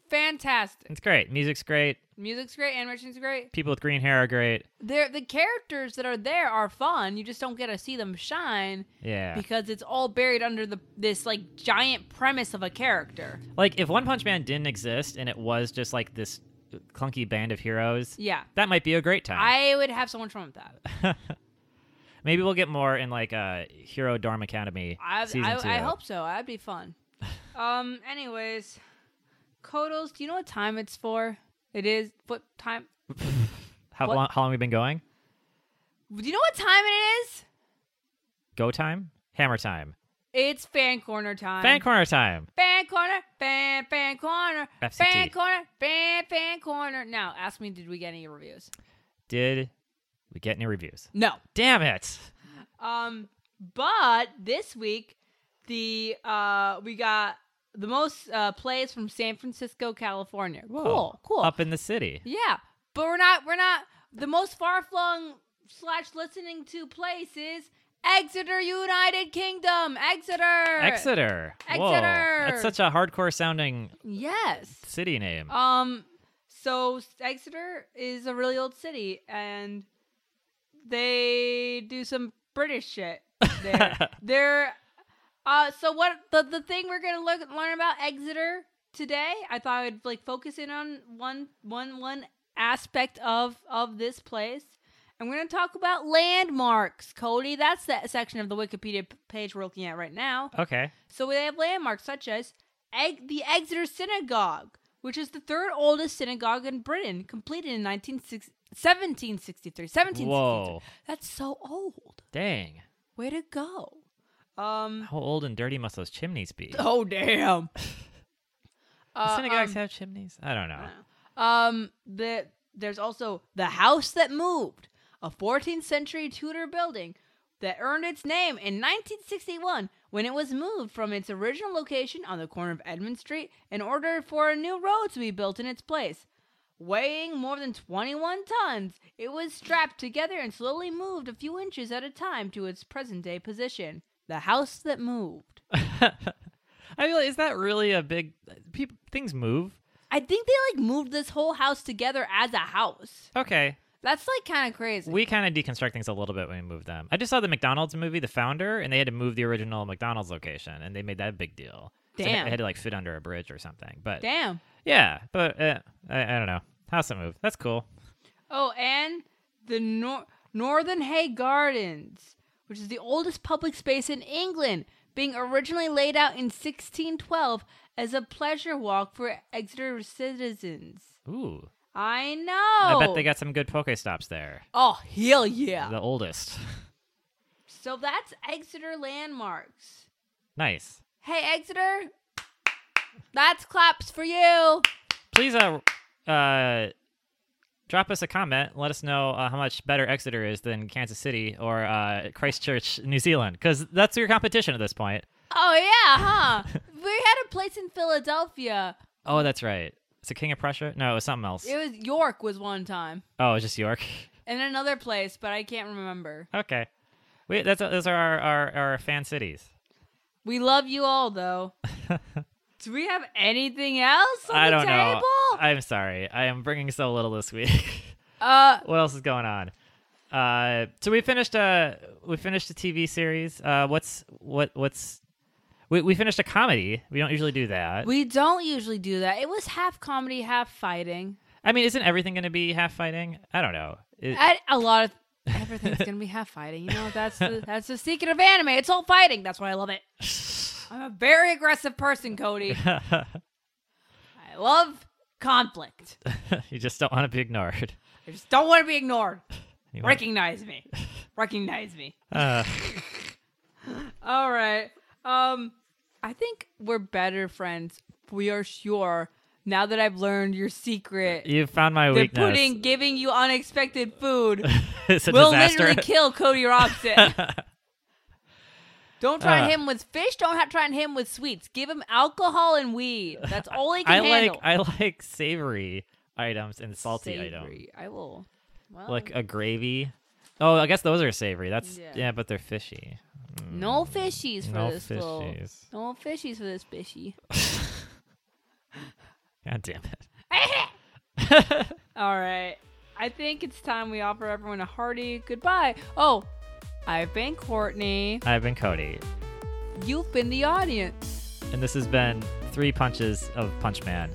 [SPEAKER 1] fantastic.
[SPEAKER 2] it's great. Music's great.
[SPEAKER 1] Music's great. Animation's great.
[SPEAKER 2] People with green hair are great.
[SPEAKER 1] They're, the characters that are there are fun. You just don't get to see them shine
[SPEAKER 2] Yeah.
[SPEAKER 1] because it's all buried under the this like giant premise of a character.
[SPEAKER 2] like if One Punch Man didn't exist and it was just like this clunky band of heroes,
[SPEAKER 1] Yeah,
[SPEAKER 2] that might be a great time.
[SPEAKER 1] I would have so much fun with that.
[SPEAKER 2] Maybe we'll get more in like uh, Hero Dorm Academy
[SPEAKER 1] I,
[SPEAKER 2] season two.
[SPEAKER 1] I, I hope so. That'd
[SPEAKER 2] [LAUGHS]
[SPEAKER 1] be fun. um. Anyways, Kodos, do you know what time it's for? It is what time?
[SPEAKER 2] How
[SPEAKER 1] What?
[SPEAKER 2] long? How long we been going?
[SPEAKER 1] Do you know what time it is?
[SPEAKER 2] Go time. Hammer time.
[SPEAKER 1] It's fan corner time.
[SPEAKER 2] Fan corner time.
[SPEAKER 1] Fan corner, fan, fan corner,
[SPEAKER 2] FCT.
[SPEAKER 1] fan corner, fan, fan corner. Now, ask me, did we get any reviews?
[SPEAKER 2] Did we get any reviews?
[SPEAKER 1] No.
[SPEAKER 2] Damn it!
[SPEAKER 1] Um, but this week, the uh, we got the most uh, plays from San Francisco, California. Cool, cool.
[SPEAKER 2] Oh, Up in the city.
[SPEAKER 1] Yeah, but we're not. We're not the most far flung slash listening to places. Exeter, United Kingdom. Exeter.
[SPEAKER 2] Exeter. Whoa.
[SPEAKER 1] Exeter.
[SPEAKER 2] That's such a hardcore sounding
[SPEAKER 1] Yes.
[SPEAKER 2] city name.
[SPEAKER 1] [LAUGHS] Um, so Exeter is a really old city, and they do some British shit. There, they're. Uh, so what the the thing we're gonna look learn about Exeter today? I thought I'd like focus in on one one one aspect of of this place. And we're going to talk about landmarks, Cody. That's that section of the Wikipedia p- page we're looking at right now.
[SPEAKER 2] okay.
[SPEAKER 1] So they have landmarks such as Eg- the Exeter Synagogue, which is the third oldest synagogue in Britain, completed in 1960 1763. 1763.
[SPEAKER 2] Whoa.
[SPEAKER 1] That's so old.
[SPEAKER 2] Dang.
[SPEAKER 1] Way to go. Um.
[SPEAKER 2] How old and dirty must those chimneys be?
[SPEAKER 1] Oh, damn.
[SPEAKER 2] Do
[SPEAKER 1] uh,
[SPEAKER 2] synagogues
[SPEAKER 1] um,
[SPEAKER 2] have chimneys? I don't know.
[SPEAKER 1] Um, the there's also the house that moved, a 14th century Tudor building that earned its name in 1961 when it was moved from its original location on the corner of Edmund Street in order for a new road to be built in its place. Weighing more than 21 tons, it was strapped together and slowly moved a few inches at a time to its present day position. The house that moved.
[SPEAKER 2] I feel like, is that really a big people things move?
[SPEAKER 1] I think they like moved this whole house together as a house.
[SPEAKER 2] Okay.
[SPEAKER 1] That's like kind of crazy.
[SPEAKER 2] We kind of deconstruct things a little bit when we move them. I just saw the McDonald's movie, The Founder, and they had to move the original McDonald's location and they made that a big deal. So it-
[SPEAKER 1] Damn.
[SPEAKER 2] it had to like fit under a bridge or something. But
[SPEAKER 1] Damn.
[SPEAKER 2] yeah, but uh, I, I don't know. House that moved. That's cool.
[SPEAKER 1] Oh, and the Nor- Northern Hay Gardens, which is the oldest public space in England, being originally laid out in 1612 as a pleasure walk for Exeter citizens.
[SPEAKER 2] Ooh.
[SPEAKER 1] I
[SPEAKER 2] I
[SPEAKER 1] know.
[SPEAKER 2] bet they got some good Pokestops there.
[SPEAKER 1] Oh, hell Oh. yeah.
[SPEAKER 2] The oldest. [LAUGHS]
[SPEAKER 1] So that's Exeter landmarks.
[SPEAKER 2] nice.
[SPEAKER 1] Hey, Exeter, that's claps for you.
[SPEAKER 2] Please uh, uh, drop us a comment. Let us know uh, how much better Exeter is than Kansas City or uh, Christchurch, New Zealand, because that's your competition at this point.
[SPEAKER 1] Oh,
[SPEAKER 2] [LAUGHS]
[SPEAKER 1] yeah, huh? we had a place in Philadelphia.
[SPEAKER 2] Oh, that's right. It's the King of Prussia? No, it was something else.
[SPEAKER 1] It was York, was one time.
[SPEAKER 2] Oh, it was just York. [LAUGHS]
[SPEAKER 1] and another place, but I can't remember.
[SPEAKER 2] okay. We, that's, those are our, our, our fan cities.
[SPEAKER 1] We love you
[SPEAKER 2] [LAUGHS]
[SPEAKER 1] all, though. Do we have anything else on
[SPEAKER 2] I
[SPEAKER 1] the
[SPEAKER 2] don't
[SPEAKER 1] table?
[SPEAKER 2] know. I'm sorry. I am bringing so little this week. [LAUGHS]
[SPEAKER 1] uh,
[SPEAKER 2] what else is going on? Uh, so we finished uh we finished a TV series. Uh, what's what what's we, we finished a comedy. We don't usually do that.
[SPEAKER 1] we don't usually do that. It was half comedy, half fighting.
[SPEAKER 2] I mean, isn't everything going to be half fighting? I don't know. It-
[SPEAKER 1] I, a lot of everything's gonna be half fighting. You know, that's the, that's the secret of anime. It's all fighting. That's why
[SPEAKER 2] [LAUGHS]
[SPEAKER 1] I love it. I'm a very aggressive person, Cody. I love conflict.
[SPEAKER 2] you just don't want to be ignored. [LAUGHS]
[SPEAKER 1] I just don't want to be ignored.
[SPEAKER 2] He went,
[SPEAKER 1] Recognize me.
[SPEAKER 2] [LAUGHS]
[SPEAKER 1] Recognize me.
[SPEAKER 2] uh,
[SPEAKER 1] [LAUGHS] All right. Um, I think we're better friends. We are sure. Now that I've learned your secret,
[SPEAKER 2] you found my
[SPEAKER 1] the
[SPEAKER 2] Uh, weakness.
[SPEAKER 1] pudding giving you unexpected food
[SPEAKER 2] [LAUGHS] it's [LAUGHS] a
[SPEAKER 1] will
[SPEAKER 2] disaster.
[SPEAKER 1] literally kill
[SPEAKER 2] [LAUGHS]
[SPEAKER 1] Cody Robson. don't try
[SPEAKER 2] Uh.
[SPEAKER 1] him with fish. Don't ha- try him with sweets. Give him alcohol and weed. That's all he
[SPEAKER 2] I
[SPEAKER 1] can handle.
[SPEAKER 2] like I like savory items and salty items.
[SPEAKER 1] Savory. I will. Well,
[SPEAKER 2] Like a gravy. Oh, I guess those are savory. That's yeah,
[SPEAKER 1] Um, Yeah.
[SPEAKER 2] but they're fishy.
[SPEAKER 1] no fishies for
[SPEAKER 2] no
[SPEAKER 1] this little.
[SPEAKER 2] fishies.
[SPEAKER 1] No Oh, fishies for this bishy.
[SPEAKER 2] God damn it.
[SPEAKER 1] [LAUGHS] All right. I think it's time we offer everyone a hearty goodbye. Oh, I've been Courtney.
[SPEAKER 2] I've been Cody,
[SPEAKER 1] You've been the audience.
[SPEAKER 2] and this has been three punches of Punch Man,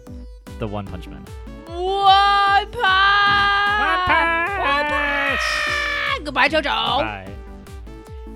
[SPEAKER 2] the One Punch Man.
[SPEAKER 1] One punch! One
[SPEAKER 2] punch!
[SPEAKER 1] Ah, punch! Goodbye, JoJo.
[SPEAKER 2] Bye.